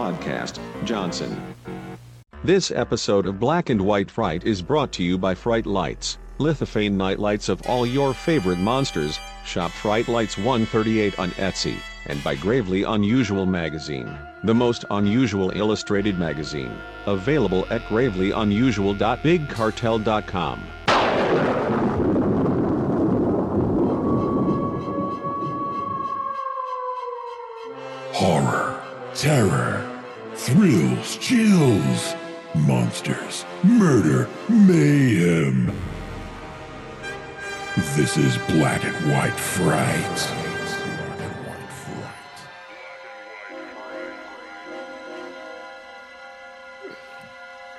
podcast, Johnson. This episode of Black and White Fright is brought to you by Fright Lights, lithophane nightlights of all your favorite monsters. Shop Fright Lights 138 on Etsy, and by Gravely Unusual Magazine, the most unusual illustrated magazine. Available at gravelyunusual.bigcartel.com. Horror, terror, thrills, chills, monsters, murder, mayhem. This is Black and White Fright.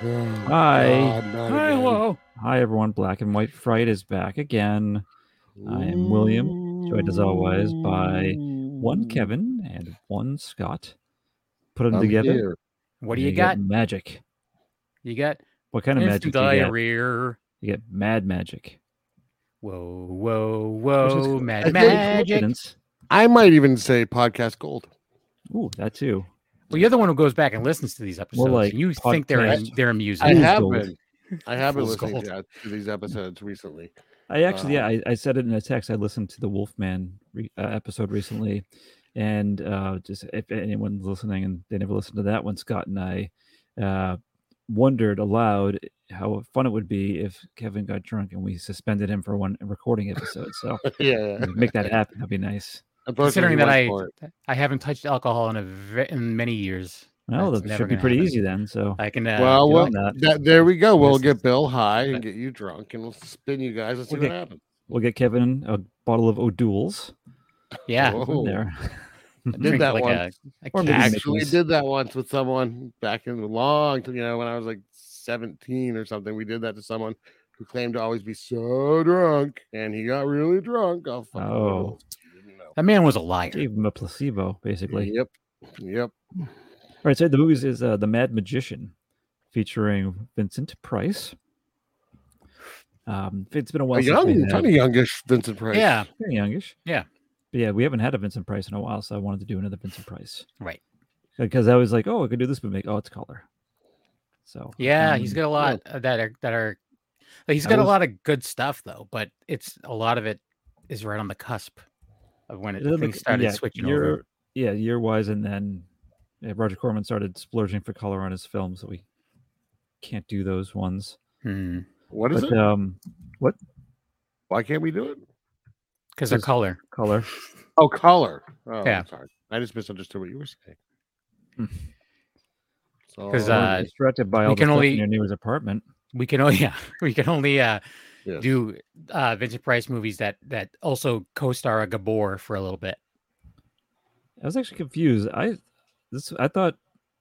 Hi. God, not Hi, again. hello. Hi, everyone. Black and White Fright is back again. I am William, joined as always by One Kevin and one Scott. Put them I'm together. here. What and do you you got? Get magic. You got What kind of magic instant do you get? diarrhea. You get mad magic. Whoa, whoa, Which is whoa, I mad think- magic. Coincidence. I might even say podcast gold. Ooh, that too. Well, you're the one who goes back and listens to these episodes. and like you think they're am- podcast- they're I amusing. Fool's have gold. been. I have been Fool's listening gold. to, to these episodes recently. I actually, Uh, yeah, Um, I, I said it in a text. I listened to the Wolfman re- uh, episode recently, and uh, just if anyone's listening and they never listened to that one, Scott and I uh, wondered aloud how fun it would be if Kevin got drunk and we suspended him for one recording episode. So yeah. make that happen. That'd be nice. Considering that I I haven't touched alcohol in a ve- in many years. Well, That's that never should be gonna pretty happen. easy then. So I can uh, well, doing well that. that, there we go. We'll This get is- Bill high and get you drunk, and we'll spin you guys and see Okay. what happens. we'll get Kevin a bottle of O'Doul's yeah, Whoa. from there. I Did drink that like one. a- a Or maybe cat. make- Actually, Mickey's. did that once with someone back in the long, you know, when I was like seventeen or something. We did that to someone who claimed to always be so drunk, and he got really drunk. Oh, fuck, Oh. you know. that man was a liar. Gave him a placebo, basically. Yep. Yep. All right, so the movies is uh, The Mad Magician, featuring Vincent Price. Um, it's been a while. A since Oh, we young, had- kind of youngish Vincent Price. Yeah, very youngish. Yeah. But yeah, we haven't had a Vincent Price in a while, so I wanted to do another Vincent Price. Right. Because I was like, oh, I could do this movie. Oh, it's color. So yeah, he's um, got a lot uh, that are that are. He's I got a was- lot of good stuff though, but it's a lot of it is right on the cusp of when it, it look- things started yeah, switching year, over. Yeah, year wise, and then yeah, Roger Corman started splurging for color on his films, so we can't do those ones. Hmm. What is but it? um, Why can't we do it? because their Because- color. color. Oh, color. Oh, Yeah. I'm sorry. I just misunderstood what you were saying. Hmm. So, 'Cause, I uh, was distracted by we all the can stuff in only- your neighbor's apartment. We can only yeah, we can only uh, yes. do uh, Vincent Price movies that that also co-star a Gabor for a little bit. I was actually confused. I this I thought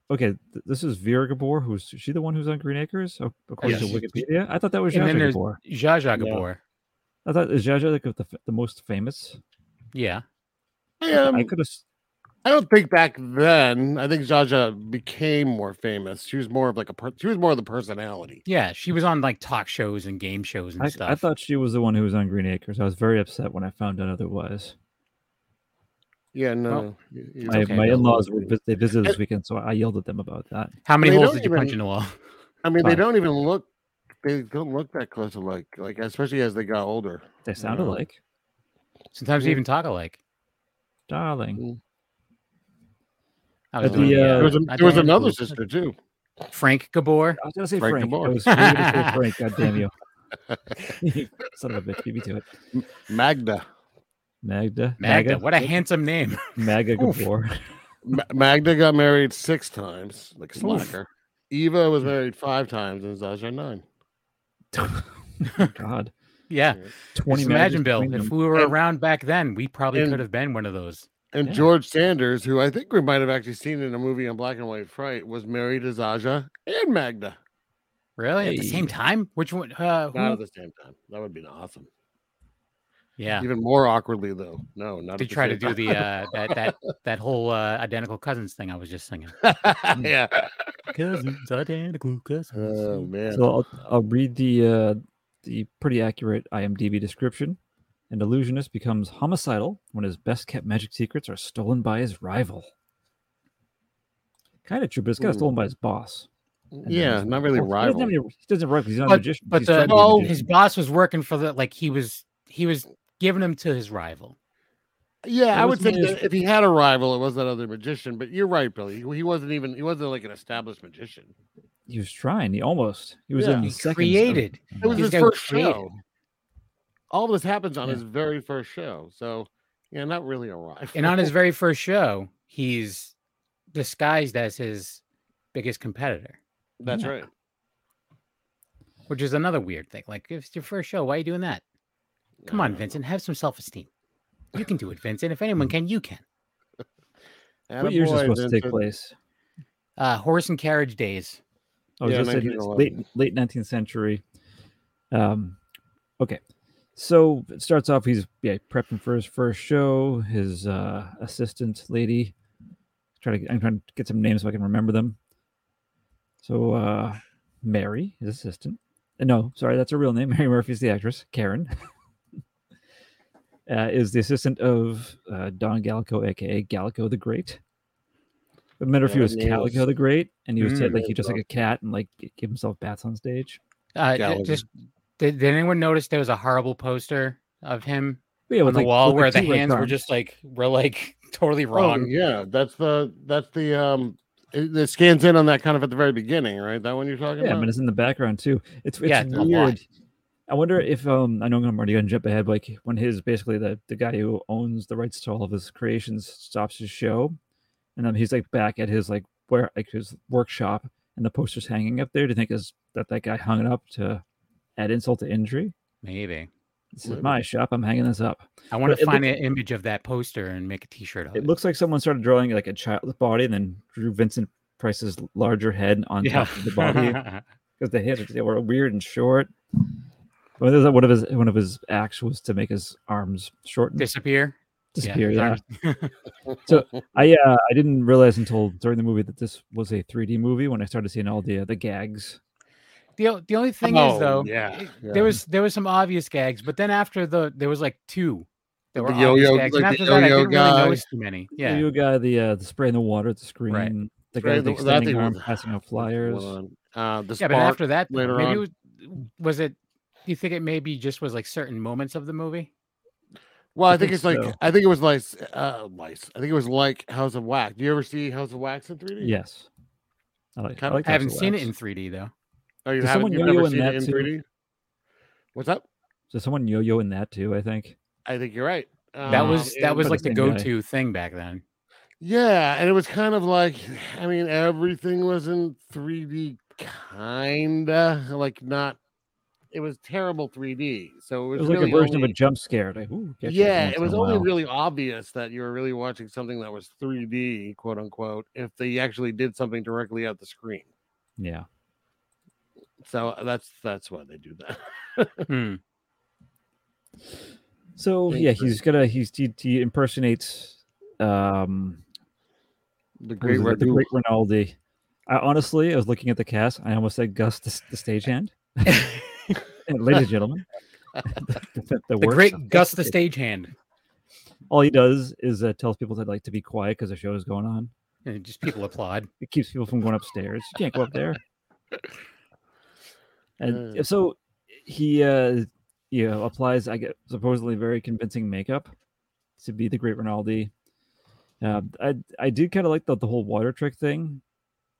okay, th- this is Vera Gabor. Who's is she the one who's on Green Acres? Oh, According Yes. to Wikipedia, I thought that was And then Zsa Zsa there's- Gabor. Zsa Zsa No. Gabor. I thought is Zsa Zsa like the, f- the most famous? Yeah. I, I- um, I I, could have. don't think back then. I think Jaja became more famous. She was more of like a per- she was more of the personality. Yeah. She was on like talk shows and game shows and I, stuff. I thought she was the one who was on Green Acres. I was very upset when I found out otherwise. Yeah, no. Well, no, you- you- My, okay. my no. in-laws were vis- they visited this And- weekend, so I yelled at them about that. How many They holes don't did you punch even- in the wall? I mean, they Fine. don't even look. They don't look that close alike. Like especially as they got older. They sound Yeah. alike, Sometimes they even talk alike. darling. I At doing the, the, uh, uh, There was, a, I there was don't- another sister too. Frank Gabor. I was gonna say Frank Frank. Gabor. I was really gonna say Frank. God damn you, You son of a bitch! Beat me to it. Magda. Magda. Magda. What a handsome name. Magda Oof. Gabor. Ma- Magda got married six times, like a slacker. Eva was married five times, and Zaja nine. God. Yeah. Yeah. Twenty. Just imagine, Magdas Bill, between if them. we were And- around back then, we probably and- could have been one of those. And Yeah. George Sanders, who I think we might have actually seen in a movie on black and white fright, was married to Zaja and Magda. Really? At the same time? Which one? Uh, Not who? at the same time. That would be awesome. Yeah. Even more awkwardly though. No, not. To at the try to same do the uh, that that that whole uh, identical cousins thing I was just singing. time. yeah. cousins, identical cousins. Oh man. So I'll, I'll read the uh, the pretty accurate IMDb description. An illusionist becomes homicidal when his best kept magic secrets are stolen by his rival. Kind of true, but it's kind of stolen by his boss. And then Yeah, he's- not really "Oh, well, he doesn't, have rival. any- he doesn't rival. He's not a magician. But he's the, Oh, trying to be a no, his magician. boss was working for the like he was he was giving him to his rival. Yeah, It I was would think his- that if he had a rival, it was that other magician. But you're right, Billy. He, he wasn't even he wasn't like an established magician. he was trying. He almost. He was Yeah. in He seconds of- created. It was These his guys first created. show. All this happens on Yeah. his very first show, so yeah, not really a rival. And on his very first show, he's disguised as his biggest competitor, that's Yeah. right. which is another weird thing. Like if it's your first show, why are you doing that? Come Yeah. on, Vincent, have some self-esteem. You can do it, Vincent. If Hmm. anyone can, you can. What year is Attaboy, this supposed to take Vincent. place? Uh, horse and carriage days. I was Yeah, just saying it's 1911. late late nineteenth century. Um, okay, so it starts off. He's yeah prepping for his first show. His uh, assistant lady. Try to I'm trying to get some names so I can remember them. So uh, Mary, his assistant. uh, No, sorry, that's her real name. Mary Murphy's the actress. Karen uh, is the assistant of uh, Don Gallico, aka Gallico the Great. I remember if he Yeah, was names. Calico the Great, and he was Mm. like he just like a cat and like g- give himself bats on stage. Uh, Gallagher. j- just did, did anyone notice there was a horrible poster of him But yeah, on with, the like, wall with, where like, the two red hands were arms. just like were like totally Oh, wrong? yeah, that's the that's the um it, it scans in on that kind of at the very beginning, right? That one you're talking yeah, about. but it's in the background too. It's it's Yeah, it's a lot. weird. I wonder if um I know I'm already gonna jump ahead. Like when his basically the the guy who owns the rights to all of his creations stops his show, and then he's like back at his like where like his workshop, and the poster's hanging up there. Do you think is that that guy hung it up to add insult to injury? Maybe This Mm. Maybe. is my shop. I'm hanging this up. I want But to it find an image of that poster and make a T-shirt of it. It looks like someone started drawing like a child's body and then drew Vincent Price's larger head on yeah. top of the body because the hands were- they were weird and short. One of, his, one of his one of his acts was to make his arms shorten, disappear. disappear. his Yeah, arms- I uh, I didn't realize until during the movie that this was a 3D movie when I started seeing all the uh, the gags. The, o- the only thing Oh, is though, yeah, yeah. there was there was some obvious gags, but then after the there was like two. There The were obvious yo-yo- gags, like and the after that, I yo-yo didn't guy. really notice too many. Yeah, Yeah, you guy the uh, the spray in the water, the screen, the Right, guy with the the- that extending thing arm was- passing out That's the one flyers. on, Uh, the yeah. spark. But after that, though, later maybe on. it was, was it? Do you think it maybe just was like certain moments of the movie? well, I, I think, think it's like so. I think it was like uh, lice. I think it was like House of Wax. Do you ever see House of Wax in 3D? Yes, I like. I, Kind of- like I House haven't of seen it Wax. in 3D though. Oh, you Does haven't. someone You've yo-yo never in seen that it in too? 3D. What's up? So someone yo-yo in that too. I think. I think you're right. That Um, was Uh, it that was But like it's the in the eye. go-to thing back then. yeah, and it was kind of like I mean everything was in 3D, kinda like not. It was terrible 3D, so it It was, was like really a version of only- a jump scare. Like, ooh, get you yeah, once it in was a only while. really obvious that you were really watching something that was 3D, quote unquote, if they actually did something directly at the screen. Yeah. So uh, that's that's why they do that. Hmm. So Thank yeah, you. he's gonna he's he, he impersonates um The what was great it, the Raghu. great Rinaldi. I honestly, I was looking at the cast. I almost said Gus, the, s- the stagehand. and ladies and gentlemen, the, the, The works great of Gus the Stagehand. stagehand. All he does is uh, tells people to like to be quiet because the show is going on. And just people applaud. It keeps people from going upstairs. You can't go up there. And Uh. so he uh you know applies I guess supposedly very convincing makeup to be the great Rinaldi. Uh, I I did kind of like the, the whole water trick thing.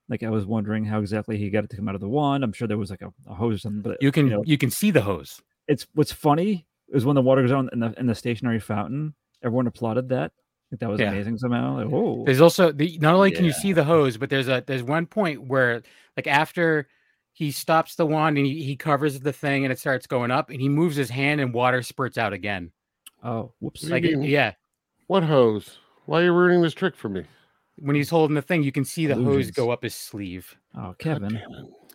Like I was wondering how exactly he got it to come out of the wand. I'm sure there was like a, a hose or something, but You can you, know, can see the hose. it's what's funny is when the water goes on in the in the stationary fountain, everyone applauded that. Like, that was Yeah. amazing somehow. Like, oh There's also the not only can you see the hose, but there's a there's one point where like after he stops the wand and he, he covers the thing and it starts going up and he moves his hand and water spurts out again. oh whoops. What do you Like mean? yeah, What hose? Why are you ruining this trick for me? when he's holding the thing, you can see the hose Illusions. go up his sleeve. oh Kevin.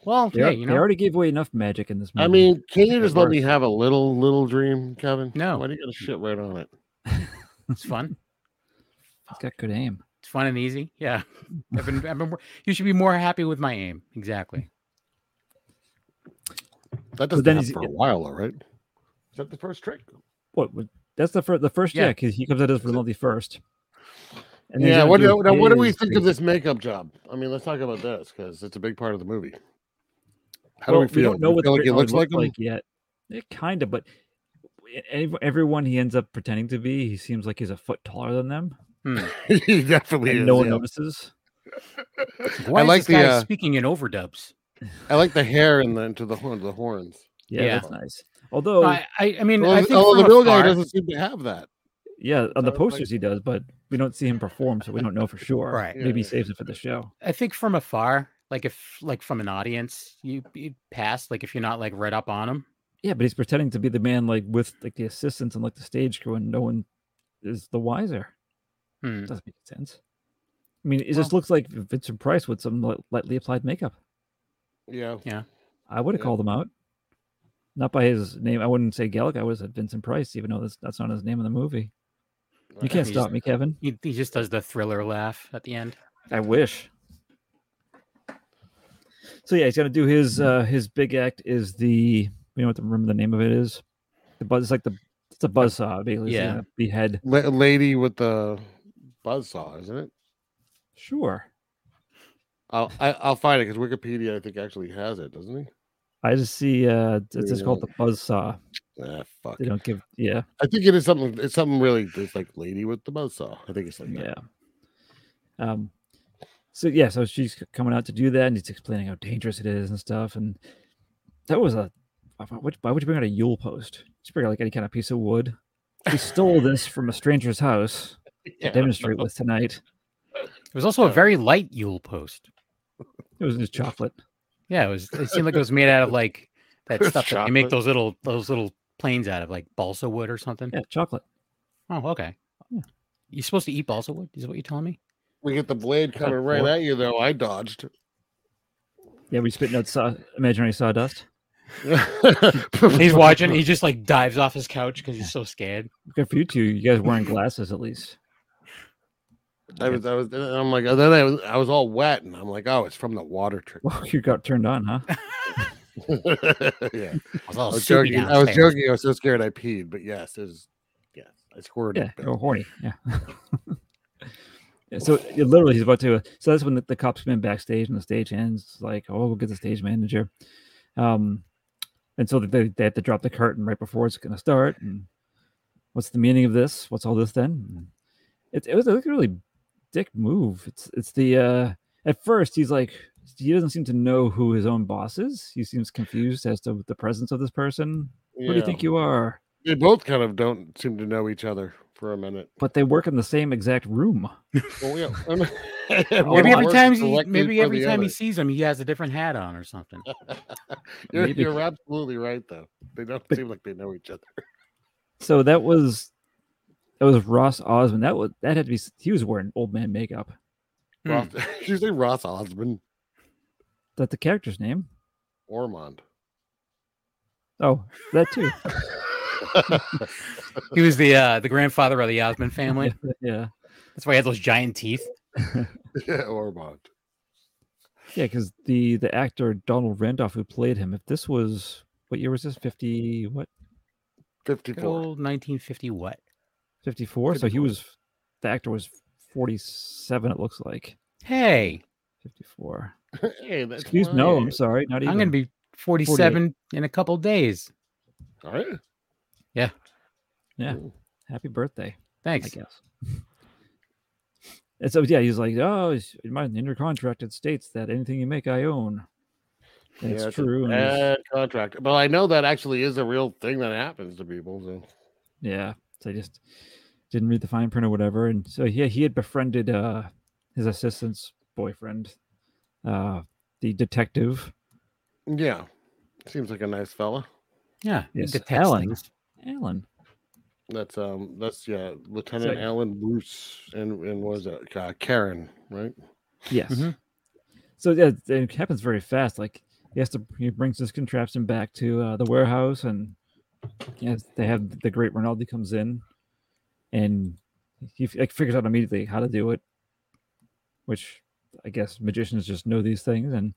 Well, They, yeah, al- you they know. already gave away enough magic in this movie. I mean, can you It just let me works. have a little little dream, Kevin? No. Why do you got to shit right on it? It's fun. it's got good aim. It's fun and easy. Yeah. I've been, I've been, wor- you should be more happy with my aim. Exactly. That doesn't then happen he's- for a while, all right? Is that the first trick? What? would- That's the first. The first. Yeah. Yeah, because he comes out as Rinaldi first. And they yeah, don't what do do, now, what do we his think of face. this makeup job? I mean, let's talk about this because it's a big part of the movie. How Well, do we feel? don't know We what feel the like it person looks would like, look him? yet. It kind of, but e-, ev- everyone he ends up pretending to be, he seems like he's a foot taller than them, he definitely and is. no one yeah. notices. Why I is like this guy the uh, speaking in overdubs? I like the hair and then to the horn, the horns. Yeah, Yeah. that's nice. Although, I, I, I mean, Oh, Well, I think although from the real afar, guy doesn't seem to have that. yeah, I on the like- posters he does, but we don't see him perform, so we don't know for sure. Right. Maybe he Yeah. saves it for the show. I think from afar, like if like from an audience, you you pass. Like if you're not like right up on him. Yeah, but he's pretending to be the man, like with like the assistants and like the stage crew, and no one is the wiser. Hmm. Doesn't make sense. I mean, it just looks like Vincent Price with some li- lightly applied makeup. Yeah. I would have Yeah. called him out. Not by his name. I wouldn't say Gallic. I would have said Vincent Price, even though that's, that's not his name in the movie. You can't he's- stop me, Kevin. He, he just does the thriller laugh at the end. I wish. So yeah, he's gonna do his uh his big act is the you know what the remember the name of it is? The buzz it's like the it's a buzz saw, basically. Yeah. Yeah. Behead. La- lady with the buzzsaw, isn't it? Sure. I'll I, I'll find it because Wikipedia I think actually has it, doesn't he? I just see uh it's just called Yeah. the buzz saw. Ah, fuck. They don't give yeah, I think it is something. It's something really. It's like lady with the buzzsaw. I think it's like yeah. Um so yeah, so she's c- coming out to do that and he's explaining how dangerous it is and stuff. And that was a why why would, why would you bring out a Yule post? Just bring out like any kind of piece of wood. She stole this from a stranger's house. that. to demonstrate with tonight. It was also a Yeah. very light Yule post. It was just chocolate. Yeah, it was. It seemed like it was made out of like that It's stuff that you make chocolate. those little those little planes out of, like balsa wood or something. Yeah, chocolate. Oh, okay. You're supposed to eat balsa wood? Is what you're telling me? We get the blade coming right fork. at you though. I dodged. Yeah, we spitting out saw, imaginary sawdust. He's watching. He just like dives off his couch because he's so scared. Good for you two. You guys wearing glasses at least. I was, I was, and I'm like, and then I was, I was all wet, and I'm like, oh, it's from the water trick. Well, you got turned on, huh? yeah, I was, all I was soupy joking. I was downstairs. joking. I was so scared I peed, but yes, there's, yes, I squirted. Yeah, or Oh, horny. Yeah. Yeah, So it literally, he's about to. So that's when the, the cops come in backstage, and the stage ends. Like, oh, we'll get the stage manager. Um, and so they they have to drop the curtain right before it's going to start. And what's the meaning of this? What's all this then? And It it was a really dick move. It's it's the uh at first he's like he doesn't seem to know who his own boss is. He seems confused as to the presence of this person. Who do you Yeah. think you are? They both kind of don't seem to know each other for a minute. But they work in the same exact room. Well, yeah. Maybe Everyone every time he maybe every time he sees him, he has a different hat on or something. you're, Maybe. you're absolutely right, though. They don't seem like they know each other. So that was that was Ross Osmond. That was that had to be s- he was wearing old man makeup. Hmm. Ross, did you say Ross Osmond That the character's name. Ormond? Oh, that too. He was the uh, the grandfather of the Osmond family. yeah, That's why he had those giant teeth. yeah, Ormond. yeah, because the the actor Donald Randolph who played him. If this was what year was this? Fifty what? Good 54. old 1950 what? Fifty four. So he 54. was the actor was forty seven. It looks like Hey, fifty four. hey, that's Excuse no, I'm right. sorry. Not even. I'm gonna be 47 in a couple days. All right. yeah. Happy birthday. I Thanks. guess. and so yeah, he's like, oh, it's- in my under contract it states that anything you make, I own. And Yeah, it's a true. and it's- bad contract. But I know that actually is a real thing that happens to people. So. yeah, so I just didn't read the fine print or whatever. And so yeah, he had befriended uh, his assistant's boyfriend, uh, the detective Yeah. Seems like a nice fella. Yeah, he Yes, detects Alan. things. Alan. That's um that's yeah, Lieutenant So- Alan Bruce and and what is that? Uh, Karen, right? Yes. Mm-hmm. Mhm. So yeah, it happens very fast. Like he has to, he brings this contraption back to uh, the warehouse, and yes, they have the great Rinaldi comes in, and he f- like figures out immediately how to do it, which I guess magicians just know these things and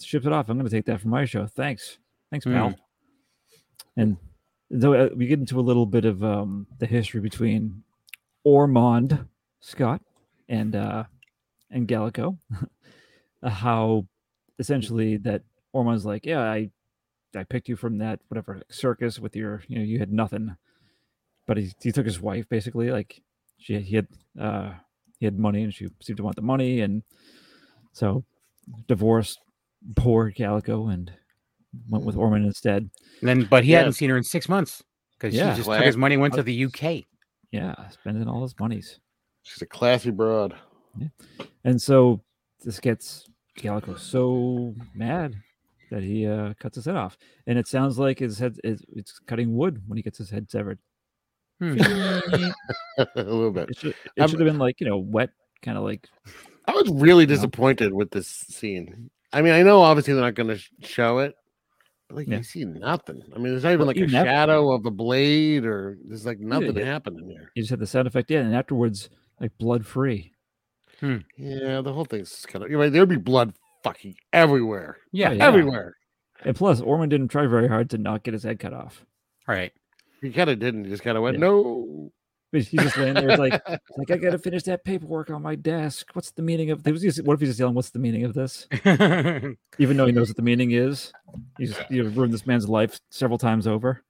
ships it off. I'm going to take that for my show. Thanks, thanks, pal. And so uh, we get into a little bit of um, the history between Ormond Scott and uh, and Gallico, uh, how essentially that Ormon's like, yeah, I I picked you from that whatever circus with your you know you had nothing, but he he took his wife basically like she he had uh he had money and she seemed to want the money and so divorced poor Calico and went with Ormond instead. And then, but he Yeah. hadn't seen her in six months because Yeah. she just Well, took his money and went to the UK. Yeah, spending all his monies. She's a classy broad. And so this gets Calico so mad that he uh, cuts his head off. And it sounds like his head is it's cutting wood when he gets his head severed. Hmm. it a little bit. should, I'm- it should have been like, you know, wet, kind of like I was really know? disappointed with this scene. I mean, I know obviously they're not going to sh- show it, but like Yeah. you see nothing. I mean, there's not even Well, like even a after- shadow of the blade, or there's like nothing yeah. happening here. he just had the sound effect in and afterwards like blood free. Yeah, the whole thing's kind of. You're right. There'd be blood fucking everywhere, Yeah. Oh, yeah. yeah. everywhere. And plus Ormond didn't try very hard to not get his head cut off. Right. He kind of didn't. He just kind of went, Yeah. "No." But he's just laying there, it's like, it's like I gotta finish that paperwork on my desk. What's the meaning of? He was just- What if he's just yelling? What's the meaning of this? Even though he knows what the meaning is, you just you ruined this man's life several times over.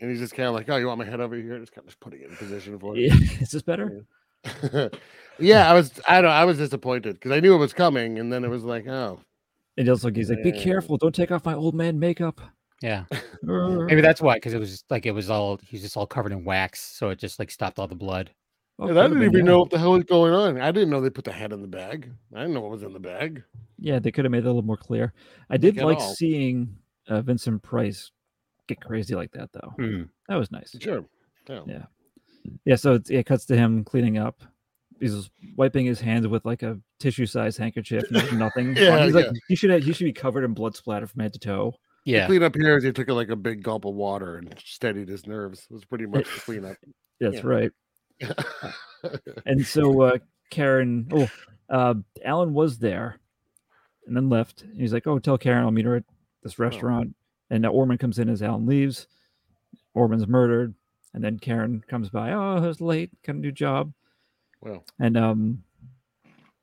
And he's just kind of like, "Oh, you want my head over here?" Just kind of just putting it in position for it. Yeah, is this better? yeah, I was. I don't. I was disappointed because I knew it was coming, and then it was like, "Oh." And also, he's like, "Be Yeah. careful! Don't take off my old man makeup." Oh, Yeah. Err. Maybe that's why, because it was just, like it was all he was just all covered in wax, so it just like stopped all the blood. Oh, And I could've didn't been, even yeah. know what the hell was going on. I didn't know they put the head in the bag. I didn't know what was in the bag. Yeah, they could have made it a little more clear. I did at like all. seeing uh, Vincent Price get crazy like that, though. Hmm. That was nice. Sure. Yeah. Yeah. Yeah, so it's, it cuts to him cleaning up. He's just wiping his hands with like a tissue-sized handkerchief. And there's nothing. on it. Yeah, he's like, yeah. you should have, you should be covered in blood splatter from head to toe. Yeah. Clean up here is he took like a big gulp of water and steadied his nerves. It was pretty much the cleanup. That's Yeah. right. And so uh, Karen, oh, uh, Alan was there, and then left. And he's like, "Oh, tell Karen I'll meet her at this Oh. restaurant." And uh, Orman comes in as Alan leaves. Orman's murdered, and then Karen comes by. Oh, I was late. Got a new job. well, and um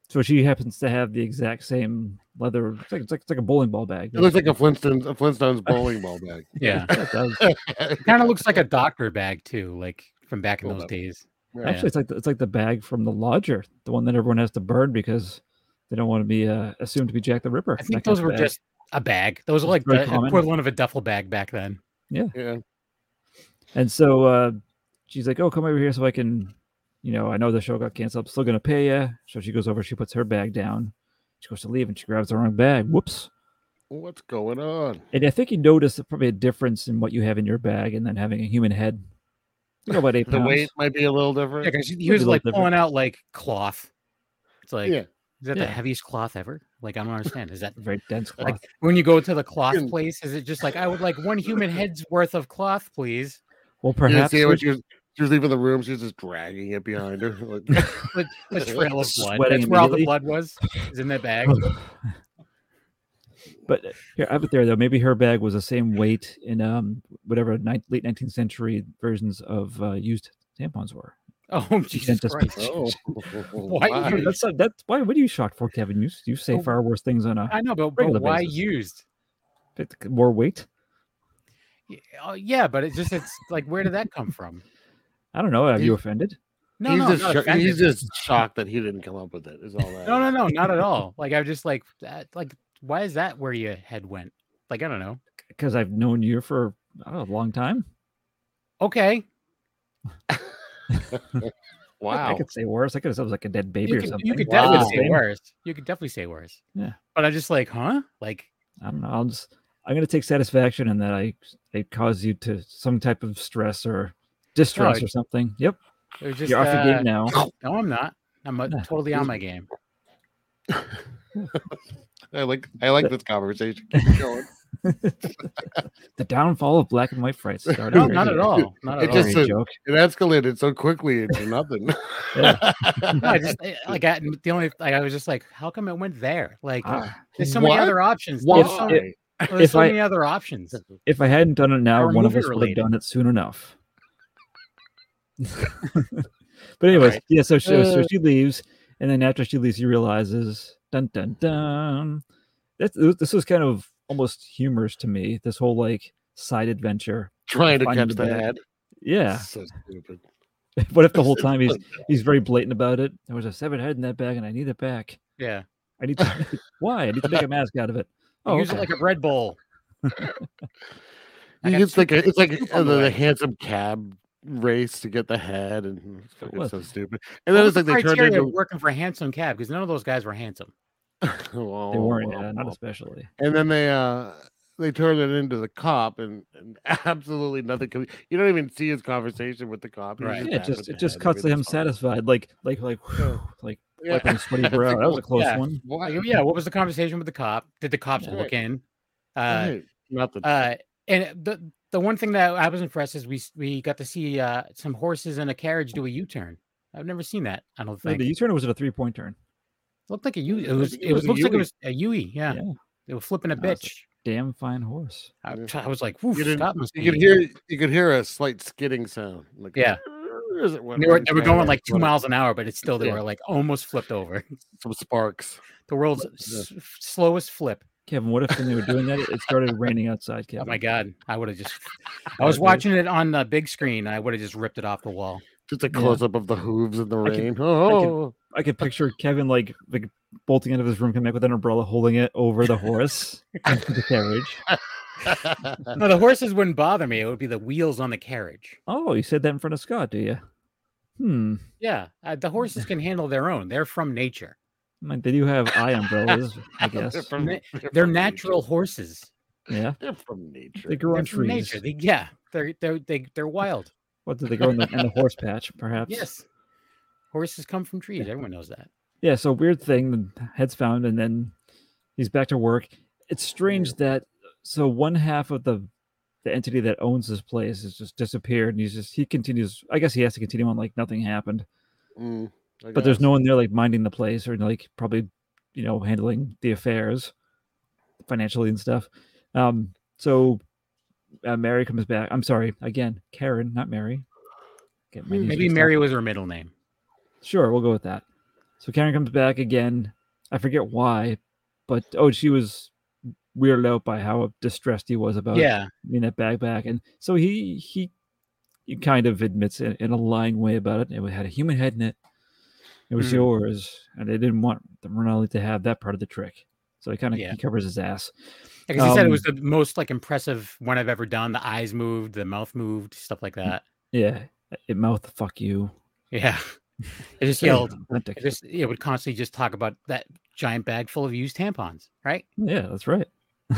so she happens to have the exact same leather it's like it's like, it's like a bowling ball bag it looks like a Flintstones, a Flintstones bowling ball bag. Yeah. Yeah, it does. kind of looks like a doctor bag too, like from back in Hold those up. days. Yeah. actually it's like the, it's like the bag from the lodger the one that everyone has to burn because they don't want to be uh, assumed to be jack the ripper I think that kind those of were bag. just a bag. Those were It's like very the common. equivalent of a duffel bag back then. yeah. and so uh she's like oh come over here so i can you know i know the show got canceled i'm still gonna pay you so she goes over she puts her bag down she goes to leave and she grabs the wrong bag whoops What's going on? And I think you notice probably a difference in what you have in your bag and then having a human head. You know, about eight The pounds. weight might be a little different. Yeah, 'cause he Would was be a like little pulling out like cloth. It's like, Yeah. is that Yeah. the heaviest cloth ever? Like, I don't understand. Is that Very dense cloth. Like, when you go to the cloth Didn't- place? Is it just like I would like one human head's worth of cloth, please? well, You didn't perhaps. see what Which, she was, she was leaving the room. She was just dragging it behind her. Like, The, the trail of blood. Sweating That's where all the immediately. blood was. Is in that bag. but uh, here, I have it there though. Maybe her bag was the same weight in um whatever nine, late nineteenth century versions of uh, used tampons were. Oh Jesus just- Christ! oh, Why my. you- That's not, that's why. What are you shocked for, Kevin? You s- you say Oh. far worse things on a I know, but, but Regular why basis. used? bit more weight. Y- Oh, yeah, but it just it's like where did that come from? I don't know. Are you He's- offended? No, he's, no, just not sho- offended. he's just shocked that he didn't come up with it. Is all that. no, no, no, not at all. Like I'm just like that. Like why is that where your head went? Like I don't know. Because I've known you for I don't know, a long time. Okay, I- I, Wow. could say worse. I could have said it was like a dead baby you or could, something. you could Wow. definitely say Same. worse. You could definitely say worse. Yeah. but I'm just like, huh? Like I don't know. I'll just I'm gonna take satisfaction in that I it caused you to some type of stress or distress or something. Yep, it was Oh, just you're off uh, the game now. No, I'm not. I'm uh, Yeah. totally on my game. I like I like this conversation. Going. The downfall of black and white frights. started No, right not at here. all. uh, Not at It all. just Sorry, says- joke. It escalated so quickly into nothing. Yeah. No, I just I- like I, the only like I was just like, how come it went there? Like Ah, there's so What? many other options. Why? There's so, If- there's if so I- many other options. if I hadn't done it now, Or one of movie us would have related. done it soon enough. but anyways, right. yeah. So she, so Uh. she leaves, And then after she leaves, he realizes, dun dun dun. That's, this was kind of almost humorous to me. This whole like side adventure. Trying to Finding catch the the bag. head. Yeah. So stupid. what if the whole time he's he's very blatant about it? There was a severed head in that bag, and I need it back. Yeah. I need to. Why? I need to make a mask out of it. Oh, Use it okay. like a bread bowl. I He got gets like a, it's like scoop uh, on the the, the way. handsome cab race to get the head, and it's fucking What? so stupid. And then it's like they turned into working for handsome cab because none of those guys were handsome. Oh, they weren't, well, yeah, well. not especially. and then they uh they turned it into the cop, and, and absolutely nothing. Could, you don't even see his conversation with the cop. He's Right. Yeah, it laughing just at it the just head. I cuts to mean, him it's fine. satisfied, like like like whew, like Yeah. wiping his sweaty It's brow. like, That was a what- close yeah. one. Why? Like, yeah, what was the conversation with the cop? Did the cops Right. look in? Uh, Right. Not the uh, and the the one thing that I was impressed is we s- we got to see uh, some horses in a carriage do a U turn. I've never seen that. I don't No, think. the U turn was a three point turn. looked like a U. It I was. think It, was, looks like it Yui. was a Yui. Yeah. Yeah. They were flipping a No, it's a- bitch. Damn fine horse. I, Yeah. t- I was like, Woof, didn't- Scott must you be- could hear you could hear a slight skidding sound. Like Yeah. as it went They were, on. they were going like two What- miles an hour, but it's still they Yeah. were like almost flipped over. Some sparks. The world's s- slowest flip. Kevin, what if when they were doing that, it started raining outside, Kevin? Oh my god, I would have just. I was Outrageous. watching it on the big screen. I would have just ripped it off the wall. Just a Yeah. close up of the hooves in the I could- rain. oh, I could picture Kevin like like bolting out of his room, coming back with an umbrella, holding it over the horse into the carriage. No, the horses wouldn't bother me. It would be the wheels on the carriage. Oh, you said that in front of Scott, do you? Hmm. Yeah, uh, the horses can handle their own. They're from nature. I mean, they do have eye umbrellas, I guess. from- Na- They're from natural horses. Yeah, nature. They're from they nature. grow They're on from trees. nature. They- yeah, they're they're they, they're wild. What did they grow in the, in the horse patch? Perhaps. Yes, horses come from trees. Everyone knows that. Yeah. So weird thing. The head's found, and then he's back to work. It's strange that so one half of the the entity that owns this place has just disappeared, and he's just he continues. I guess he has to continue on like nothing happened. Mm, I but there's guess. no one there like minding the place or like probably you know handling the affairs financially and stuff um so uh, mary comes back i'm sorry again karen not mary Get my Hmm, news Maybe mixed up. Mary was her middle name. sure we'll go with that so karen comes back again i forget why but oh she was weirded out by how distressed he was about Yeah, in that bag back and so he he he kind of admits in, in a lying way about it it had a human head in it it was Mhm. yours and they didn't want the Rinaldi to have that part of the trick so he kind of Yeah. he covers his ass because he said it was the most like impressive one I've ever done. The eyes moved, the mouth moved, stuff like that. yeah it mouth fuck you Yeah, it just Very yelled. authentic. It just it would constantly just talk about that giant bag full of used tampons. Right, yeah that's right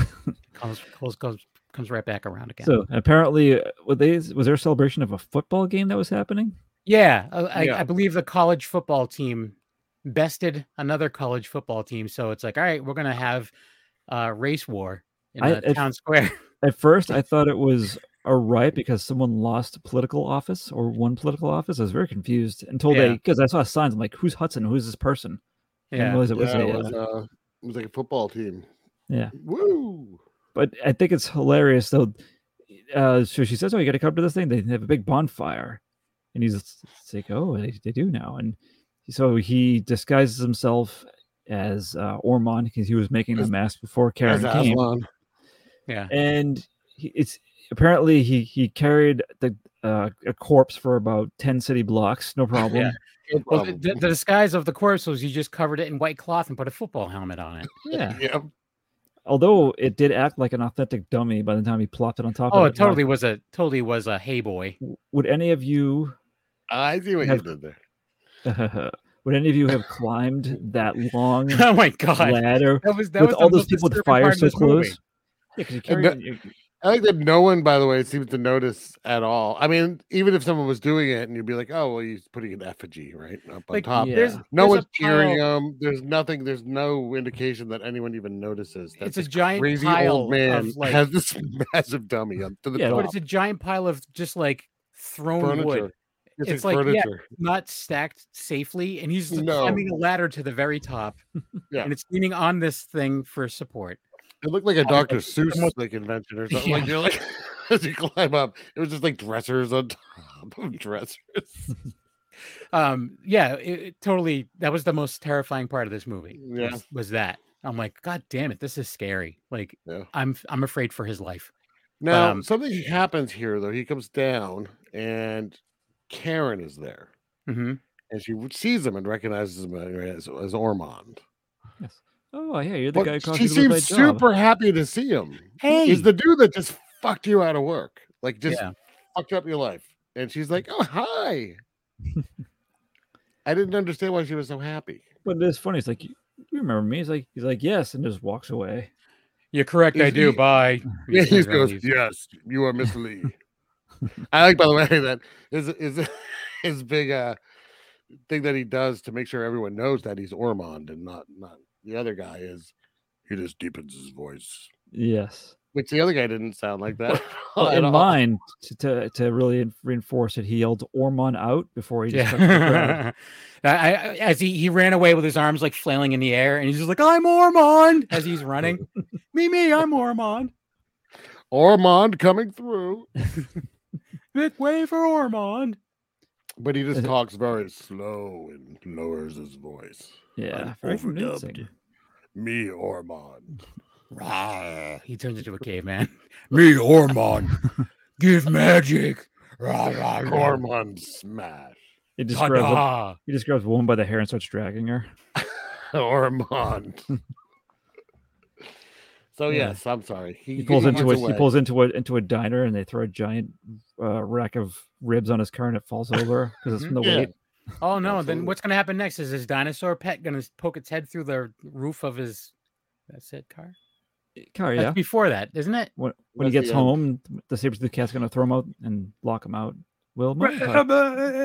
comes comes comes, comes right back around again. so apparently uh, were they was there a celebration of a football game that was happening Yeah, uh, I, Yeah. I believe the college football team bested another college football team, so it's like, all right, we're gonna have uh, race war in I- the if- town square. at first i thought it was a riot because someone lost political office or won political office i was very confused until they Yeah. because i saw signs i'm like who's hudson who's this person I didn't yeah, realize it was Yeah, a, it uh, was, uh, it was like a football team. Yeah. Woo. but I think it's hilarious though. Uh, so she says, "Oh, you got to come to this thing. They have a big bonfire," and he's it's like, "Oh, they, they do now." And so he disguises himself as uh, Ormond because he was making the As- mask before Karen As came, Aslan. yeah, and he, it's apparently he he carried the uh, a corpse for about ten city blocks, no problem. No Well, the, problem. the the disguise of the corpse was you just covered it in white cloth and put a football helmet on it. yeah. Yep. Although it did act like an authentic dummy by the time he plopped it on top Oh, of it. it totally was a totally was a hey boy. Now, would any of you I see what you Have- did there. Would any of you have climbed that long oh my god, ladder that was that with was the all those most people with disturbing part fire of so this movie. close? Yeah, because you And carry that- it- you- I like that no one, by the way, seems to notice at all. I mean, even if someone was doing it, and you'd be like, "Oh, well, he's putting an effigy right up on Like, top." yeah. There's No there's one's a cheering pile- him. There's nothing. There's no indication that anyone even notices. That It's a this giant crazy pile old man of like has this massive dummy up to the Yeah, but top. it's a giant pile of just like thrown furniture. wood. It's, It's like, like, yeah. furniture. not stacked safely, and he's No. climbing a ladder to the very top. Yeah. And it's leaning on this thing for support. It looked like a like, Dr. Seuss almost- like invention or something. Yeah. Like you're like as you climb up, it was just like dressers on top of dressers. um, yeah, it, it totally. That was the most terrifying part of this movie. Yeah. was, was that I'm like, God damn it, this is scary. Like, Yeah. I'm I'm afraid for his life. Now Um, something happens here though. He comes down and Karen is there, hmm and she sees him and recognizes him as, as Ormond. Yes. Oh, yeah, you're the guy But across she the road with my seems job. super happy to see him. Hey, He's the dude that just fucked you out of work, like just Yeah. fucked up your life. And she's like, "Oh, hi." I didn't understand why she was so happy. But it's funny. It's like you, you remember me. He's like he's like yes, and just walks away. you're correct. I He's- do. he- Bye. Yeah, he He's gonna goes, leave. "Yes, you are Miss Lee." I like, by the way, that is is his big uh thing that he does to make sure everyone knows that he's Ormond and not not the other guy is. He just deepens his voice, Yes. which the other guy didn't sound like that. Well, at in all. line to, to to really en- reinforce it, he yelled Ormon out before he just took the crowd. Yeah. I, I, as he, he ran away with his arms like flailing in the air, and he's just like, I'm Ormond as he's running. me, me, I'm Ormond. Ormond coming through, Make way for Ormond. but he just Is it- talks very slow and lowers his voice. Yeah, I'm very overdubbed. convincing. Me, Ormond. Rah. He turns into a caveman. me, Ormond. Give magic. Rah, rah, rah. Ormond smash. He just grabs "Ah." a- Ta-da. he just grabs a woman by the hair and starts dragging her. Ormond. so Yeah. yes, I'm sorry. He pulls into a runs he away. pulls into a into a diner and they throw a giant uh, rack of ribs on his car and it falls over because it's from the Yeah. weight. Oh no! Absolutely. Then what's going to happen next? Is his dinosaur pet going to poke its head through the roof of his? That's it, car. Car, That's yeah. before that, isn't it? When, when he That's gets the end. home, the saber-tooth cat's gonna throw him out and lock him out. Will Martin talk-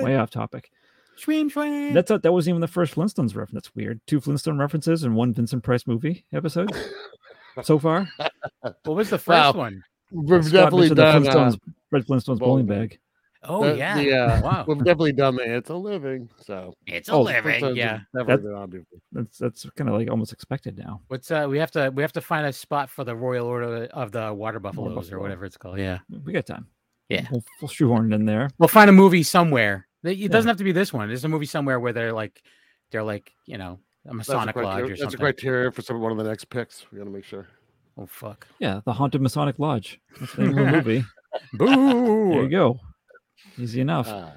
way off topic. Swim, swim. That's not, that wasn't even the first Flintstones reference. That's weird. Two Flintstone references and one Vincent Price movie episode so far. What was the Wow. first one? We've Scott definitely mentioned done. the Uh, Flintstones, Fred Flintstones bowling bowling bag. Oh the- yeah. the, uh, wow. we've definitely done the. It's a living. So It's Oh, Flintstones has Yeah. That's- definitely been on before. That's that's kind of like almost expected now. What's uh? We have to we have to find a spot for the Royal Order of the Water Buffaloes or Buffalo. whatever it's called. Yeah. We got time. Yeah. we'll, we'll shoehorn it in there. We'll find a movie somewhere. It it Yeah. doesn't have to be this one. There's a movie somewhere where they're like, they're like, you know, a That's a Masonic criteria, lodge or that's a something. criteria for some one of the next picks. We got to make sure. Oh fuck. Yeah, the Haunted Masonic Lodge. That's the name of the movie. There you Boo. go. Easy enough. Uh,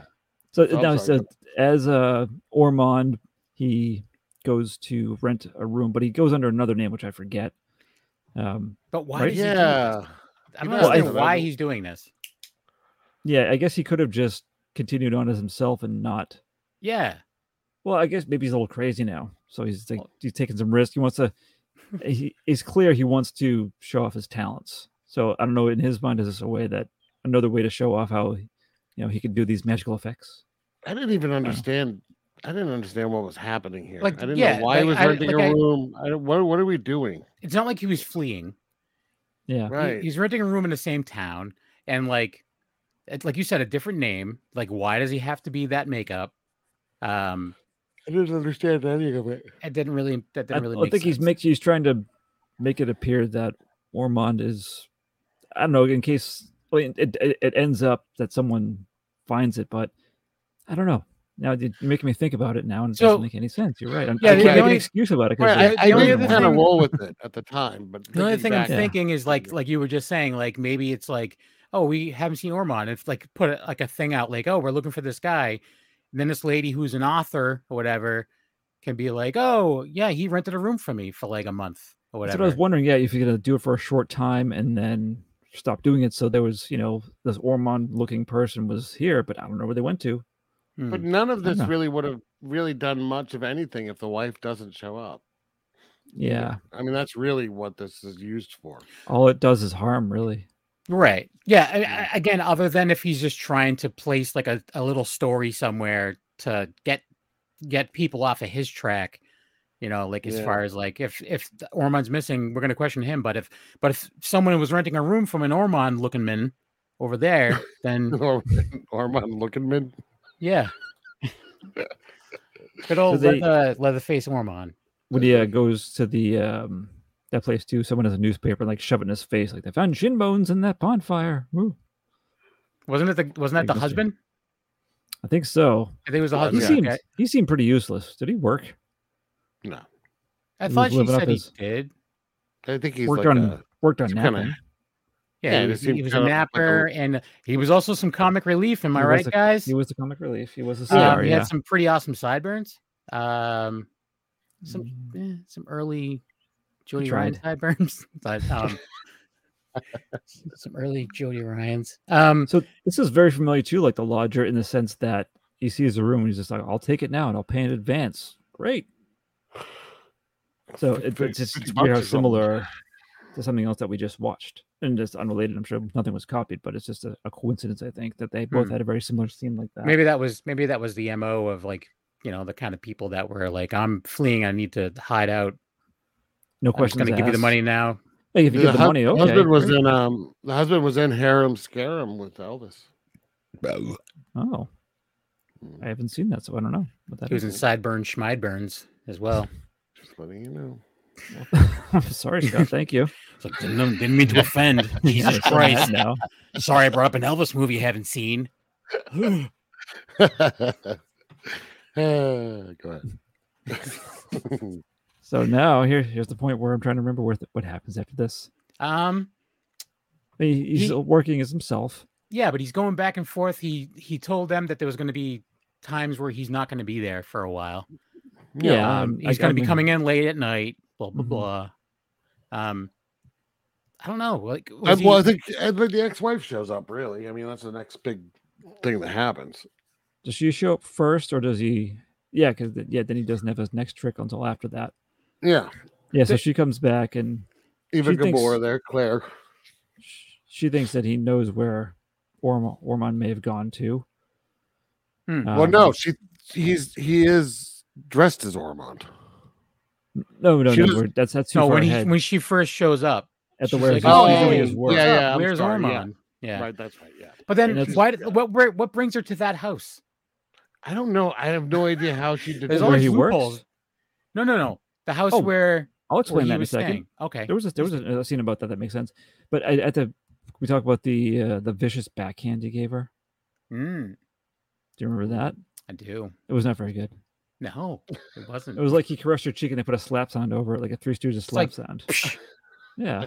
So Oh, now, sorry, so as uh, Ormond, he goes to rent a room, but he goes under another name, which I forget. Um, But why? Right? Does He do yeah. this? I don't Well, I- understand why he's doing this. yeah, I guess he could have just continued on as himself and not. Yeah. Well, I guess maybe he's a little crazy now, so he's like, Well- he's taking some risk. He wants to. he, it's clear he wants to show off his talents. So I don't know. In his mind, is this a way that another way to show off how, you know, he could do these magical effects? I didn't even understand. I didn't understand what was happening here. Like, I didn't yeah, know why he like, was I- renting like a I- room. I, don't- what, what are we doing? It's not like he was fleeing. Yeah. He- Right. he's renting a room in the same town, and like, it's like you said, a different name. Like, why does he have to be that makeup? Um, I didn't understand any of it. it didn't really. That I, didn't really. I make think he's sense. make, he's trying to make it appear that Ormond is, I don't know, in case well, it, it it ends up that someone finds it, but I don't know. Now you- you're making me think about it now, and it So- doesn't make any sense. You're right. I'm, Yeah, I the- can't the make only- an excuse about it. 'cause Right, it's I, I the only Ormond. did other kind of thing- roll with it at the time, but The only thinking thing I'm back- Yeah. thinking is like, Yeah. like you were just saying, like maybe it's like, oh, we haven't seen Ormond. It's like put a, like a thing out, like, oh, we're looking for this guy. And then this lady who's an author or whatever can be like, oh, yeah, he rented a room from me for like a month or That's whatever. what I was wondering. Yeah, if you're gonna do it for a short time and then stop doing it, so there was, you know, this Ormond-looking person was here, but I don't know where they went to. Hmm. But none of this dunno. really would have really done much of anything if the wife doesn't show up. Yeah, I mean, that's really what this is used for. all it does is harm, really. Right. Yeah. I- Yeah. I, again, other than if he's just trying to place like a, a little story somewhere to get get people off of his track, you know, like as Yeah. far as like if if the Ormond's missing, we're gonna question him. But if but if someone was renting a room from an Ormond looking man over there, then Hmm. Or Ormond looking man. yeah. Good old they- leather, leatherface Ormond. when he uh, goes to the um that place too, someone has a newspaper and like shove it in his face, like they found shin bones in that bonfire. Woo. Wasn't it the wasn't Like that the Mr. husband? I think so. I think it was a Well, hot He Yeah. seemed he seemed pretty useless. Did he work? No, I was thought she living up said he his- did. I think he's worked like on a- worked on he's napping. kinda- Yeah, Yeah, he it was, seemed he was kinda a like a- napper, and he was also some comic relief. Am I He was right, a- guys? He was the comic relief. He was the Um, star. he yeah. had some pretty awesome sideburns. Um, some eh, some early Jody Ryan tried. sideburns, but um, some early Jody Ryan's. Um, So this is very familiar too, like the lodger in the sense that he sees a room and he's just like, I'll take it now and I'll pay in advance. Great. So Fif- it, fif- it's just 50 bucks it's weird how or something. similar to something else that we just watched. And just unrelated, I'm sure nothing was copied, but it's just a, a coincidence, I think, that they both Hmm. had a very similar scene like that. maybe that was maybe that was the mo of like you know the kind of people that were like, I'm fleeing, I need to hide out. no I'm just question. going to give you the money now. Hey, if you give the hus- money, okay. husband was great. in um the husband was in Harem Scarum with Elvis. Oh, I haven't seen that, so I don't know what that He was in is. sideburn Schmideburns as well. Just letting you know. I'm sorry, Scott. Thank you. It's like, didn't, didn't mean to offend. Jesus Yes, I Christ! know. Sorry, I brought up an Elvis movie you haven't seen. Uh, Go ahead. So now here, here's the point where I'm trying to remember where th- what happens after this. Um, He, he's He- still working as himself. Yeah, but he's going back and forth. He he told them that there was going to be times where he's not going to be there for a while. Yeah, Um, um, I- he's going I to be mean- coming in late at night. Blah blah Mhm. blah. Um, I don't know. Like, I, was he- well, I think I think the ex-wife shows up. Really, I mean that's the next big thing that happens. Does she show up first, or does he? Yeah, because yeah, then he doesn't have his next trick until after that. Yeah, Yeah, so Th- she comes back and Eva She thinks- Gabor there, Claire. sh- she thinks that he knows where Orm- Ormond may have gone to. Hmm. well, Um, no, she he's he is dressed as Ormond. no, no, she no. was- we're- that's that's too no, far when he ahead. when she first shows up, at the she's warehouse, like, he's "Oh, doing his yeah, work. yeah, "What's up? I'm where's sorry, yeah, Ormond? Yeah. Right, that's right. Yeah, But then And it's- why? yeah. What where, what brings her to that house? I don't know. I have no idea how she did. There's that. all where these he works? loopholes. No, no, no. The house Oh, where, I'll where explain he that in a was second. staying. Okay. There was a, there was a, a scene about that that makes sense. But I, at the we talk about the uh, the vicious backhand he gave her. Mm, Do you remember that? I do. It was not very good. No, it wasn't. It was like he caressed her cheek and they put a slap sound over it, like a Three Stooges slap like, sound. yeah.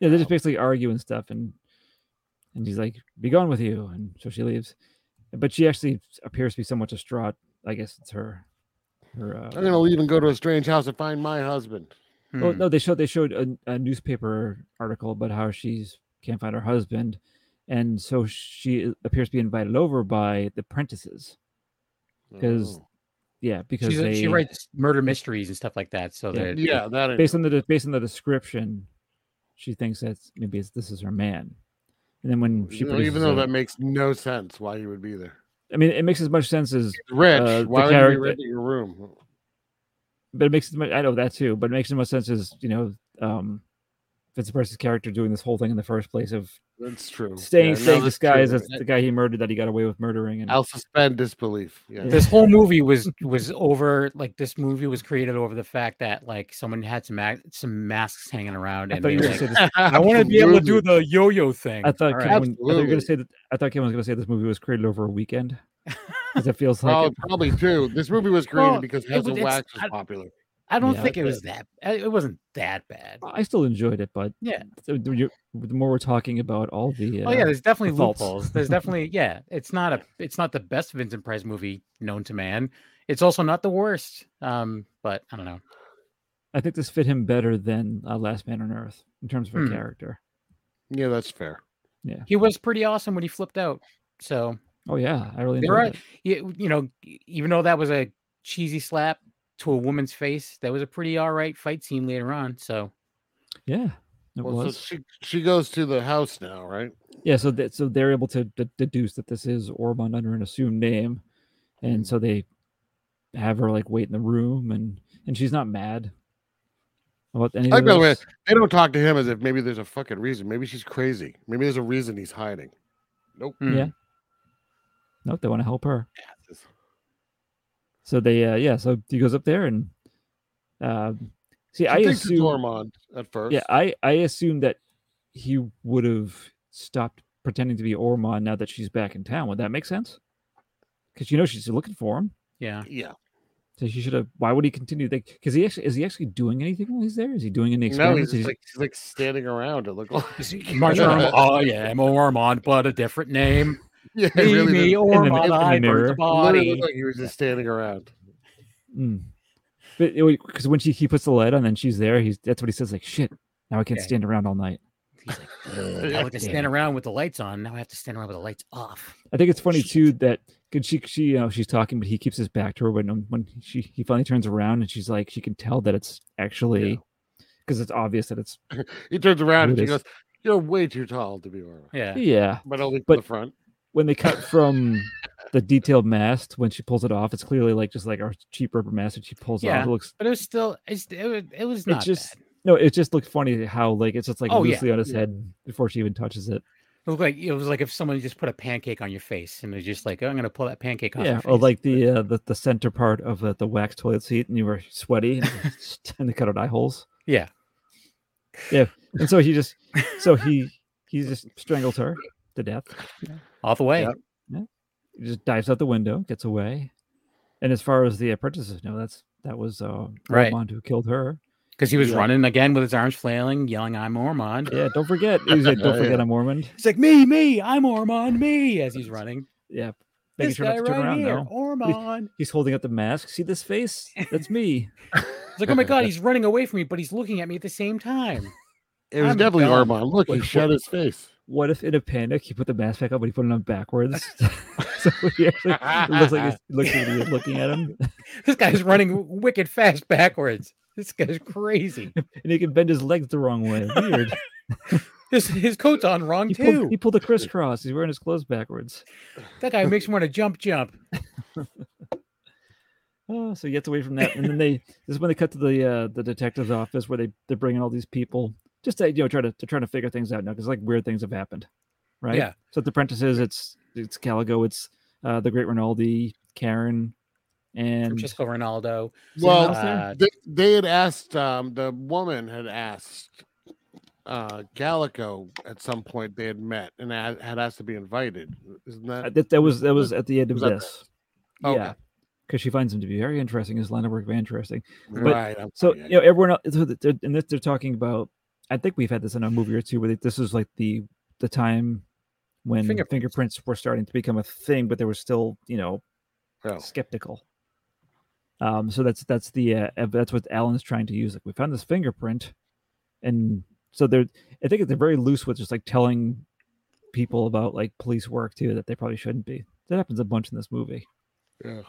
yeah, they just basically argue and stuff, and and he's like, "Be gone with you," and so she leaves. But she actually appears to be somewhat distraught. I guess it's her. Her. Uh, I'm gonna leave and go to a strange house and find my husband. Hmm. Oh no, they showed they showed a, a newspaper article about how she's can't find her husband, and so she appears to be invited over by the apprentices. 'Cause Oh. Yeah, because She's a, they, she writes murder mysteries and stuff like that. So Yeah. that yeah, that I based know. on the de- based on the description, she thinks that maybe it's, this is her man. And then when she You know, produces even though a- that makes no sense why he would be there. I mean, it makes as much sense as, Rich, Uh, the why would he character- be renting your room? but it makes as much, I know that too, but it makes as much sense as you know, um, Vincent Price's character doing this whole thing in the first place of That's true. staying Yeah, no, staying that's disguised true. as the guy he murdered that he got away with murdering. And I'll suspend disbelief. Yeah. this whole movie was was over. Like this movie was created over the fact that like someone had some ma- some masks hanging around, I and thought they you were were like, gonna say this. I want to be able to do the yo-yo thing. I thought All Kim right. when- I thought you were Absolutely. gonna say that. I thought Kim was gonna say this movie was created over a weekend because it feels like Oh, it. probably too. This movie was created Well, because it Hazel was- it's- Wax was I- popular. I don't Yeah. think it was that. uh, It wasn't that bad. I still enjoyed it, but Yeah. the, the- you- the more we're talking about all the uh, Oh yeah, there's definitely the faults. loopholes. There's definitely yeah. It's not a it's not the best Vincent Price movie known to man. It's also not the worst. Um, but I don't know. I think this fit him better than uh, Last Man on Earth in terms of her Hmm. character. Yeah, that's fair. He was pretty awesome when he flipped out. So Oh yeah, I really There enjoyed are- it. you, you know, e- even though that was a cheesy slap to a woman's face, that was a pretty all right fight scene later on. So Yeah, it Well, so was. she she goes to the house now, right? Yeah, so that so they're able to d- deduce that this is Ormond under an assumed name, Hmm. and so they have her like wait in the room, and and she's not mad about any. I of by the way, this. They don't talk to him as if maybe there's a fucking reason. Maybe she's crazy. Maybe there's a reason he's hiding. Nope. hmm. Yeah. Nope, they want to help her. Yes. So they, uh, yeah, so he goes up there and, uh, see, She I thinks it's assume, Ormond at first. yeah, I I assume that he would have stopped pretending to be Ormond now that she's back in town. Would that make sense? Because you know she's looking for him. Yeah. Yeah. So she should have. Why would he continue? Because he actually is he actually doing anything while he's there? Is he doing any No, he's experiments? just Is he- like he's like standing around. It looked like March Ormond. Oh yeah, I'm Ormond, but a different name. yeah, it Me, really me, did. Ormond, the I mirror. burnt the Literally Literally body. looked like he was just standing around. Mm. But because when she he puts the light on and she's there, he's that's what he says. Like shit. Now I can't Yeah. stand around all night. I like to Yeah. stand around with the lights on. Now I have to stand around with the lights off. I think it's funny too that cause she she you know she's talking, but he keeps his back to her. When when she he finally turns around and she's like, she can tell that it's actually because it's obvious that it's He turns around and she It is. goes, "You're way too tall to be Ormond." Yeah. yeah. But only to But- the front. When they cut from the detailed mast, when she pulls it off, it's clearly like just like our cheap rubber mast that she pulls Yeah. off. It looks But it was still it's, it, was, it was it not just bad. no, it just looked funny how like it's just like Oh, yeah. loosely on his Yeah. head before she even touches it. It looked like it was like if someone just put a pancake on your face and they're just like, "Oh, I'm gonna pull that pancake off. Yeah, your or face." like the uh, the the center part of uh, the wax toilet seat, and you were sweaty, and, and they cut out eye holes. Yeah. yeah. And so he just, so he he just strangles her to death. all the way. Yeah. He just dives out the window, gets away. And as far as the apprentices know, that's that was uh, Right. Ormond who killed her. Because he was Yeah. running again with his arms flailing, yelling, I'm Ormond. Yeah, don't forget. He said, Yeah, don't forget, I'm Ormond. He's like, me, me, I'm Ormond, me, as he's running. Yeah, making This sure guy not to turn right around here, though. Ormond. He's holding up the mask. See this face? That's me. It's like, oh my god, he's running away from me, but he's looking at me at the same time. It was I'm definitely dumb. Ormond. Look, he Wait, shut what? his face. what if in a panic he put the mask back up, but he put it on backwards? so he actually it looks like he's looks like he's looking at him, This guy's running wicked fast backwards. This guy's crazy. and he can bend his legs the wrong way. Weird. His his coat's on wrong He too. pulled, he pulled a crisscross. He's wearing his clothes backwards. That guy makes me want to jump, jump. Oh, so he gets away from that, and then they this is when they cut to the uh, the detective's office where they they're bringing all these people just to you know try to, to try to figure things out now because like weird things have happened, right? Yeah. So it's apprentices, it's it's Caligo, it's uh, the great Rinaldi, Karen, and Francisco Ronaldo. is there Well, anyone else there? Uh, They, they had asked, um, the woman had asked uh, Gallico at some point they had met and had had asked to be invited. Isn't Uh, that? that, that was that was at the end of Was that the- this. Okay. Yeah, because she finds him to be very interesting. His line of work very interesting. but- right. I'm So sorry, I- you know, everyone else, so that they're, and this they're talking about. I think we've had this in a movie or two where they, this is like the the time when Fingerprints. fingerprints. were starting to become a thing, but they were still you know oh. skeptical. Um, so that's that's the uh, uh, that's what Alan's trying to use. Like we found this fingerprint, and so they're I think they're very loose with just like telling people about like police work too that they probably shouldn't be. That happens a bunch in this movie. Yeah.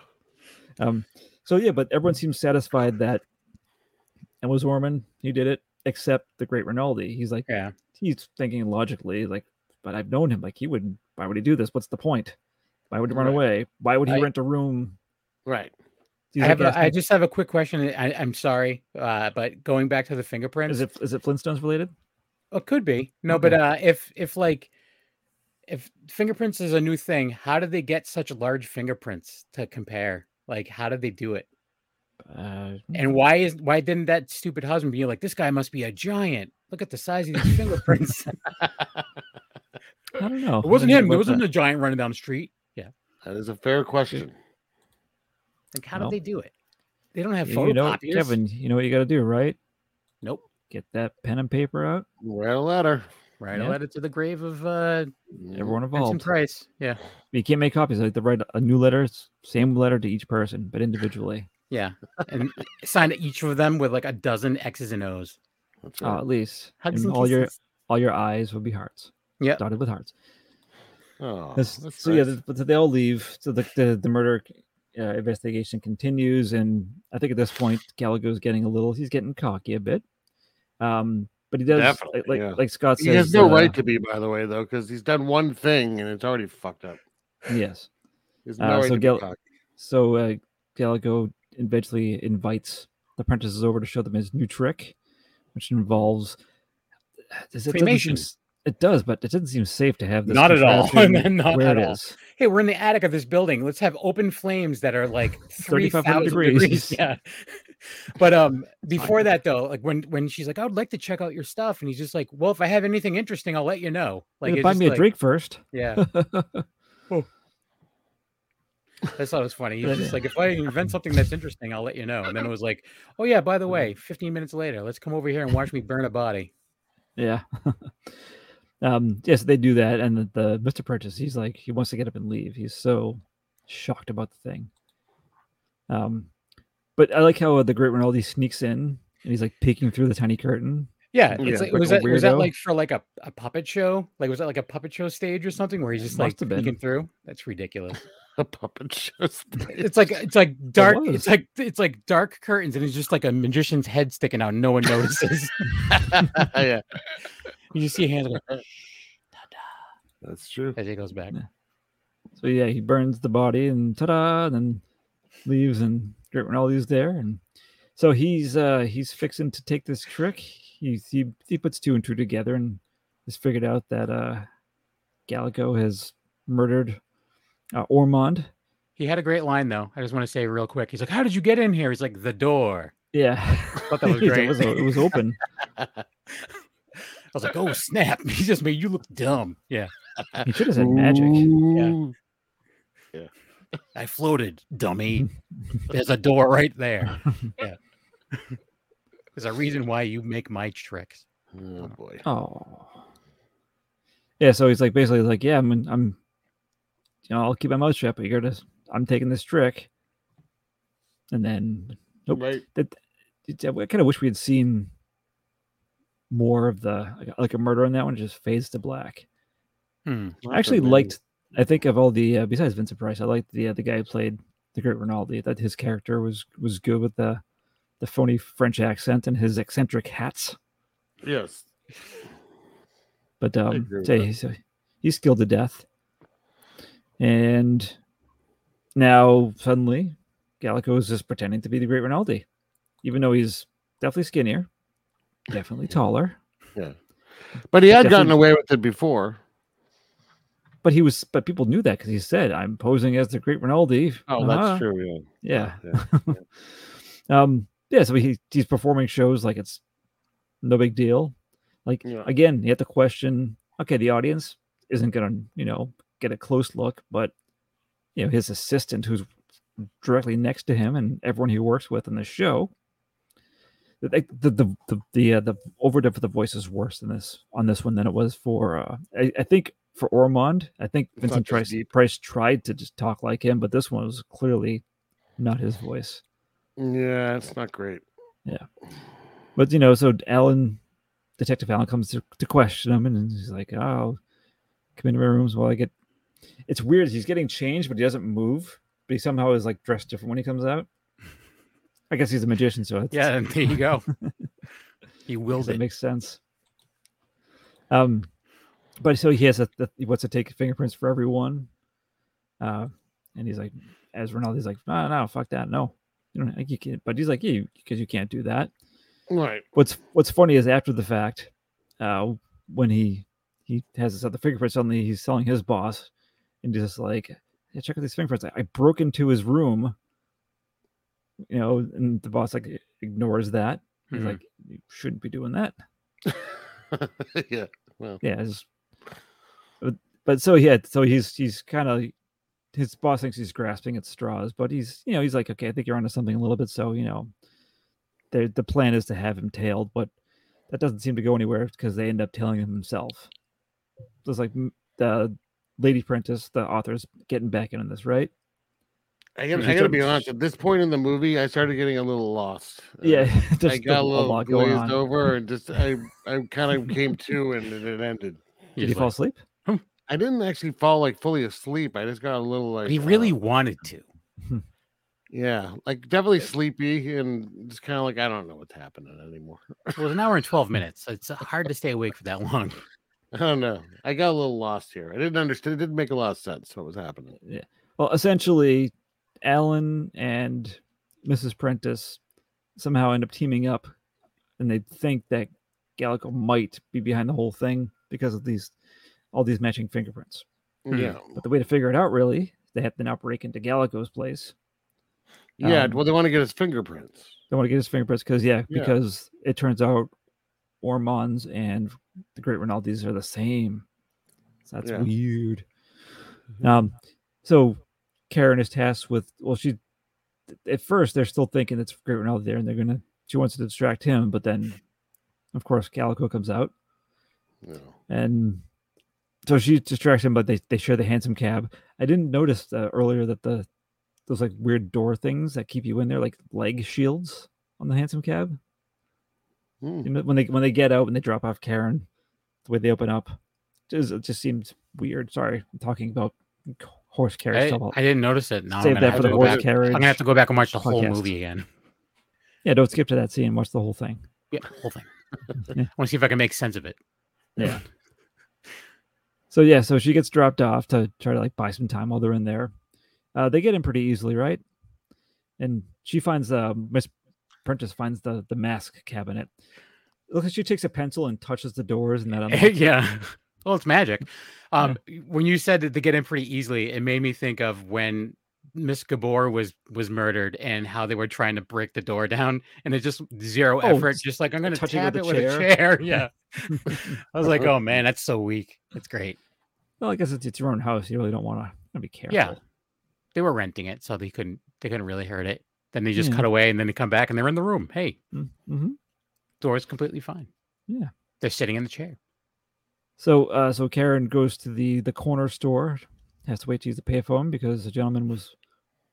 Um, so yeah, but everyone seems satisfied that it was Orman. He did it, except the great Rinaldi. He's like, Yeah. he's thinking logically, like, but I've known him. Like, he would. Why would he do this? What's the point? Why would he run Right. away? Why would he I- rent a room? Right. He's I, like uh, have a, I asking- just have a quick question. I, I'm sorry, uh, but going back to the fingerprints, is it is it Flintstones related? it could be no, but uh, if if like if fingerprints is a new thing, how did they get such large fingerprints to compare? Like, how did they do it? Uh, And why is why didn't that stupid husband be like, this guy must be a giant? Look at the size of these fingerprints. it I don't Oh, know. I wasn't mean, him. It what wasn't the- a giant running down the street. Yeah. That is a fair question. Like, how Well, did they do it? They don't have you know, photocopiers. Kevin. You know what you got to do, right? Nope. Get that pen and paper out. Write a letter. Mm, Right. Yeah. I led it to the grave of uh, Everyone Vincent involved. Price. Yeah. You can't make copies. Like, they write a new letter, s- same letter to each person, but individually. Yeah. And sign each of them with like a dozen X's and O's. That's Uh, right. at least Hugs And and all your kisses. all your eyes would be hearts. Yep. dotted with hearts. oh, That's- that's so yeah, nice. th- but they all leave. So the the, the murder uh, investigation continues, and I think at this point Gallagher's getting a little. He's getting cocky a bit, um, but he does Definitely, like like, yeah. like Scott says. he has no uh, right to be, by the way, though, because he's done one thing and it's already fucked up. Yes. He's no Uh, right so to Gal- be cocky. So uh, Gallagher eventually invites the apprentices over to show them his new trick, which involves. does- it doesn't seem Cremation. s- It does, but it doesn't seem safe to have this. Not at all. contraption Not where at it all. is. Hey, we're in the attic of this building. Let's have open flames that are like 3,500 3,000 degrees. degrees. Yeah. But um, before that though, like when when she's like, "I would like to check out your stuff," and he's just like, "Well, if I have anything interesting, I'll let you know." Like, Yeah, it's buy just me a like- drink first. Yeah, I thought it was funny. He's Yeah. just like, "If I invent something that's interesting, I'll let you know." And then it was like, "Oh yeah, by the way, 15 minutes later, let's come over here and watch me burn a body." Yeah. um, yes, they do that. And the, the Mr. Purchase, he's like, he wants to get up and leave. He's so shocked about the thing. Um, but I like how uh, the great Rinaldi sneaks in and he's like peeking through the tiny curtain. Yeah, Yeah. it's like, Like was a that was that weirdo. like for like a, a puppet show? Like was that like a puppet show stage or something where he's just like Must have been. peeking through? That's ridiculous. a puppet show. stage. It's like it's like dark. was. It's like it's like dark curtains, and it's just like a magician's head sticking out. No one notices. yeah, you just see hands go that's true. as he goes back. So yeah, he burns the body and ta-da, and then leaves and Great Rinaldi's there. And so he's uh he's fixing to take this trick. He he, he puts two and two together and has figured out that uh Galago has murdered uh, Ormond. He had a great line though. I just want to say real quick. He's like, "How did you get in here?" He's like, "The door." Yeah. thought that was He's- great. it, was, o- it was open. I was like, "Oh snap!" He just made you look dumb. Yeah, He should have said magic. Ooh. I floated, dummy. There's a door right there. Yeah. There's a reason why you make my tricks. Oh boy. Oh. Yeah, so he's like basically like, yeah, I'm I'm you know, I'll keep my mouth shut, but you're gonna I'm taking this trick. And then nope. Right. that it- I kind of wish we had seen more of the like, like a murder on that one just fades to black. Hmm. I actually Maybe. liked. I think of all the uh, besides Vincent Price, I liked the uh, the guy who played the great Rinaldi. That his character was was good with the the phony French accent and his eccentric hats. Yes. But um, agree with so that. he's, he's killed to death, and now suddenly Gallico is just pretending to be the great Rinaldi, even though he's definitely skinnier, definitely taller. But he had gotten Definitely. away with it before. But he was, but people knew that because he said, "I'm posing as the great Rinaldi." Oh, Uh-huh. that's true. Yeah. Yeah. Yeah. um. Yeah. So he he's performing shows like it's no big deal. Like Yeah. again, you have to question. Okay, the audience isn't gonna you know get a close look, but you know his assistant who's directly next to him and everyone he works with in the show. The the the the the, uh, the overdub for the voice is worse than this on this one than it was for uh, I, I think for Ormond. I think It's not Vincent just Price, deep. Price tried to just talk like him, but this one was clearly not his voice. Yeah, it's not great. But you know, so Alan, Detective Alan, comes to, to question him, and he's like, "Oh, come into my rooms while I get." It's weird. He's getting changed, but he doesn't move. But he somehow is like dressed different when he comes out. I guess he's a magician, so it's, Yeah, there you go. he willed that it. makes sense. Um, but so he has a the, he wants to take fingerprints for everyone, uh, and he's like, as Ronaldo's like, no, no, fuck that, no, you don't, you can't. But he's like, yeah, because you can't do that. Right. what's what's funny is after the fact, uh, when he he has this other fingerprint, suddenly he's telling his boss, and just like, yeah, check out these fingerprints. I, I broke into his room. You know, and the boss like ignores that. He's Mhm. like, you shouldn't be doing that. yeah. Yeah. it's- but, but so yeah, so he's he's kind of his boss thinks he's grasping at straws, but he's you know he's like, okay, I think you're onto something a little bit. So you know, the the plan is to have him tailed, but that doesn't seem to go anywhere because they end up tailing him himself. So it's like m- the Lady Prentice, the author's getting back in on this, right? I gotta, Did you I gotta tell- be honest. At this point in the movie, I started getting a little lost. Uh, yeah, there's I got a still little lot going glazed on. over, and just I, I kind of came to, and it, it ended. Did he He's fall like- asleep? I didn't actually fall like fully asleep. I just got a little like. but he uh, really wanted to. yeah, like definitely sleepy, and just kind of like I don't know what's happening anymore. It was an hour and 12 minutes. so It's hard to stay awake for that long. I don't know. I got a little lost here. I didn't understand. It didn't make a lot of sense what was happening. Well, essentially, Alan and Mrs. Prentice somehow end up teaming up, and they think that Gallico might be behind the whole thing because of these all these matching fingerprints. Hmm. Yeah. But the way to figure it out, really, they have to now break into Gallico's place Yeah, Um, well, they want to get his fingerprints. They want to get his fingerprints because yeah, Yeah. because it turns out Ormond's and the Great Rinaldi's are the same. So that's Yeah. weird. Um, so Karen is tasked with well, she at first they're still thinking it's Great Rinaldi there, and they're gonna she wants to distract him, but then of course Calico comes out You know. and so she distracts him, but they, they share the handsome cab. I didn't notice uh, earlier that the those like weird door things that keep you in there, like leg shields on the handsome cab. Hmm. You know, When they when they get out and they drop off Karen, the way they open up, just it just seems weird. Sorry, I'm talking about horse carriage. I, stuff. I'll I didn't notice it. Now I'm Save gonna that have for to the go horse back. carriage. I'm gonna have to go back and watch the whole podcast. movie again. Yeah, don't skip to that scene. Watch the whole thing. Yeah, the whole thing. I want to see if I can make sense of it. Yeah. so yeah, so she gets dropped off to try to like buy some time while they're in there. Uh, they get in pretty easily, right? And she finds uh, Miss Prentice finds the the mask cabinet. Look, she takes a pencil and touches the doors, and that unlocks- yeah. Well, it's magic. Um, When you said that they get in pretty easily, it made me think of when Miss Gabor was was murdered and how they were trying to break the door down, and it's just zero Oh, effort. Just like I'm going to touching tap with it a with a chair. chair. Yeah. I was like, oh man, that's so weak. That's great. well, I guess it's, it's your own house. You really don't want to be careful. Yeah. They were renting it, so they couldn't they couldn't really hurt it. Then they just Yeah. cut away, and then they come back, and they're in the room. Hey, Mm-hmm. door's completely fine. Yeah. They're sitting in the chair. So, uh, so Karen goes to the the corner store, has to wait to use the payphone because the gentleman was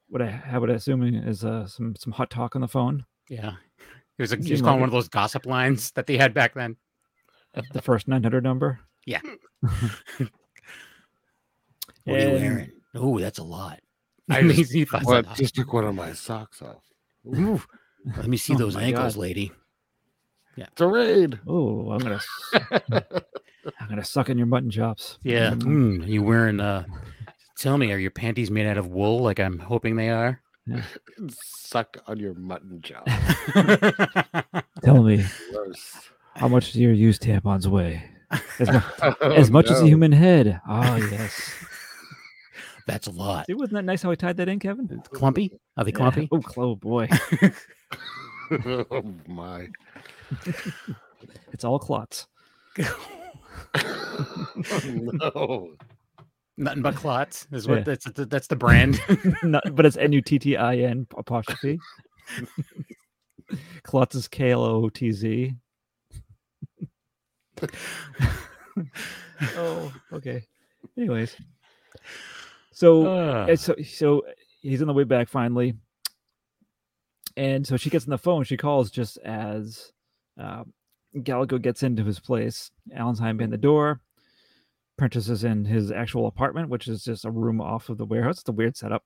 what I have what I assume is uh, some some hot talk on the phone. Yeah. It was like, he Seemed was calling like one of those gossip lines that they had back then. the first 900 number. Yeah. And- Oh, that's a lot. I I mean, just, he thought well, that I up. just took one of my socks off. Ooh, let me see Oh those my ankles, God. lady. It's a raid. Oh, I'm gonna, s- I'm gonna suck in your mutton chops. Yeah. Mm, Mm, you wearing uh tell me, are your panties made out of wool like I'm hoping they are? Suck on your mutton job. Tell me, Gross. how much do your used tampons weigh? As, mu- Oh, Oh, as much as a human head. Oh yes. that's a lot. See, wasn't that nice how I tied that in, Kevin? Clumpy? Are they Yeah. clumpy? Oh, cl- oh boy, human. oh my. it's all clots. oh, Nothing but clots is Yeah. what that's that's- that's the brand. Not, but it's N U T T I N apostrophe. Clots is K L O T Z. Oh, okay. Anyways, so Ah. And so, so he's on the way back finally, and so she gets on the phone. She calls just as uh, Galago gets into his place. Allen's behind the door. Prentice is in his actual apartment, which is just a room off of the warehouse. It's a weird setup.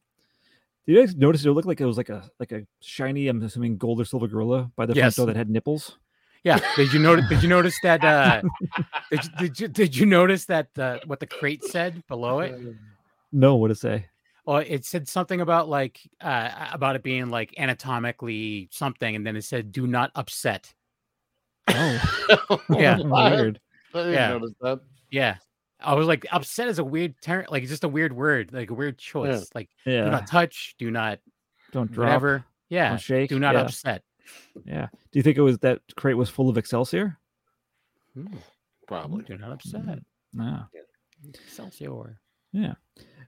Did you guys notice it looked like it was like a like a shiny, I'm assuming gold or silver gorilla by the Yes. front door that had nipples? Yeah. Did you notice? Did you notice that? Uh, did, you, did you did you notice that uh, what the crate said below it? No, what to say? Well, it said something about like uh, about it being like anatomically something, and then it said "do not upset." Oh, Yeah. weird. I didn't Yeah. notice that. Yeah, I was like, "upset" is a weird term, like it's just a weird word, like a weird choice. Like do Yeah, not touch, do not don't drop, whatever. Yeah, don't shake. do not yeah. upset. Yeah. Do you think it was that crate was full of Excelsior? Mm, Hmm, Probably. do not upset. Mm. No. Excelsior.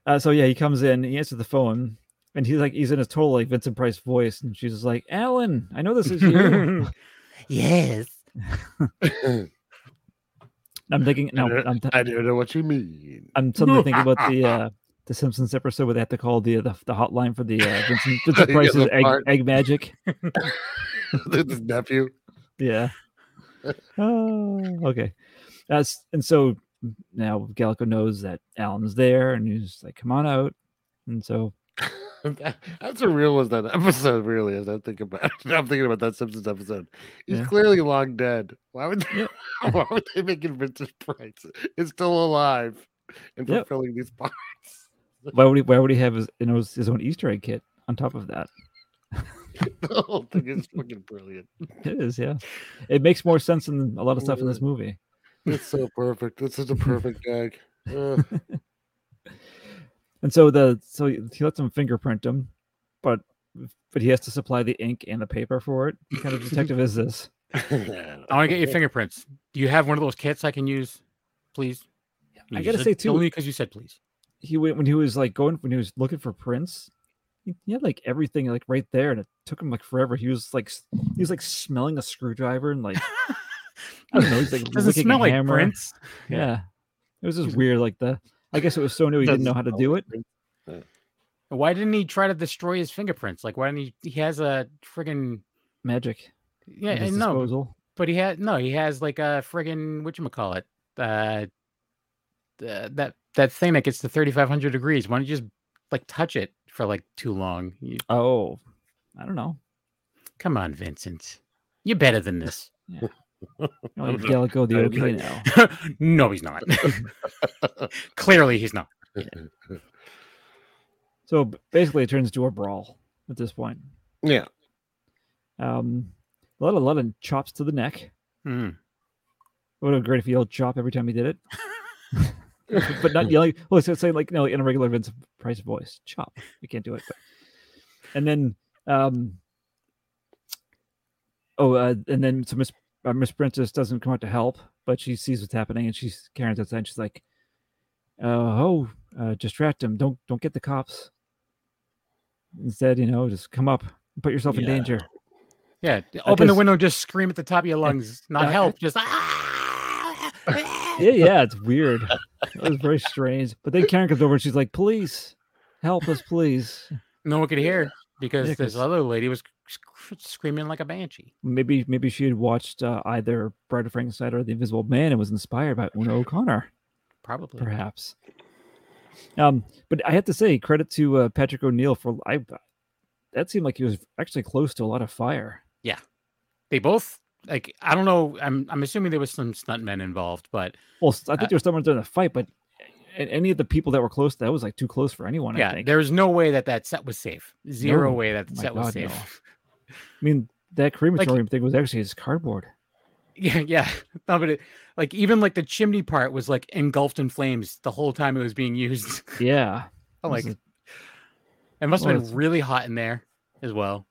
Uh, so yeah, he comes in, he answers the phone, and he's like, he's in his total like Vincent Price voice, and she's just like, "Alan, I know this is you." yes. I'm thinking, no, I I'm, don't- I don't know what you mean. I'm suddenly thinking about the uh, the Simpsons episode where they have to call the the, the hotline for the uh, Vincent, Vincent Yeah, Price's the egg, fart. egg magic. This nephew. Yeah. Oh, okay. That's and so now Gallico knows that Alan's there, and he's just like, "Come on out." And so That's a real as that episode really is. I think about I'm thinking about that Simpsons episode. He's Yeah. clearly long dead. Why would they, Yeah. why would they make him Vincent Price? Is still alive and Yep. fulfilling these parts. why would he why would he have his you know, his his own Easter egg kit on top of that? The whole thing is fucking brilliant. It is, yeah. It makes more sense than a lot of stuff in this movie. It's so perfect. This is a perfect gag. Ugh. And so the so he lets him fingerprint him, but but he has to supply the ink and the paper for it. What kind of detective is this? I want to get your fingerprints. Do you have one of those kits I can use, please? I gotta say, too- only because you said please. He went when he was like going when he was looking for prints. He he had like everything like right there, and it took him like forever. He was like s- he was like smelling a screwdriver and like I don't know. He's like Doesn't licking a smell like hammer. prints. yeah. it was just weird. Like the I guess it was so new he didn't know how to do it. Why didn't he try to destroy his fingerprints? Like, why didn't he? He has a friggin' Magic. yeah, at his and no, disposal. but he had no, he has like a friggin' whatchamacallit, uh, uh, that that thing that gets to 3,500 degrees. Why don't you just like touch it for like too long? You, Oh, I don't know. come on, Vincent, you're better than this. I'll give Gallico the I'd okay like- now. no, he's not. Clearly, he's not. So b- basically, it turns to a brawl at this point. Yeah. Um, a lot of lot of chops to the neck. Hmm. Would have been great if he yelled "chop" every time he did it, but not yelling. Well, so say like no, in a regular Vince Price voice, "chop." We can't do it. but- And then, um, oh, uh, and then so Miss uh, Miss Princess doesn't come out to help, but she sees what's happening, and she's Karen's outside. And she's like, uh, "Oh, uh, distract him! Don't don't get the cops." Instead, you know, just come up, and put yourself in Yeah. danger. Yeah, open the guess- window, and just scream at the top of your lungs. Not I- help, just ah. yeah, yeah, it's weird. It was very strange. But then Karen comes over and she's like, "Police, help us, please." no one could hear because Yeah, this 'cause- other lady was sc- screaming like a banshee. Maybe, maybe she had watched uh, either Bride of Frankenstein or The Invisible Man and was inspired by Una O'Connor, Probably. perhaps. Um, but I have to say, credit to uh, Patrick O'Neill for I. That seemed like he was actually close to a lot of fire. They both like I don't know. I'm I'm assuming there was some stuntmen involved, but Well, s- I think Uh, there was someone during the fight, but a- any of the people that were close, that was like too close for anyone. I yeah, think. there's no way that that set was safe. No. Zero Oh way that the My set was God, no. safe. I mean, that crematorium thing was actually his cardboard. Yeah, yeah. No, but it, like even like the chimney part was like engulfed in flames the whole time it was being used. Yeah. I'm This like is- it must well, have been it's- really hot in there as well.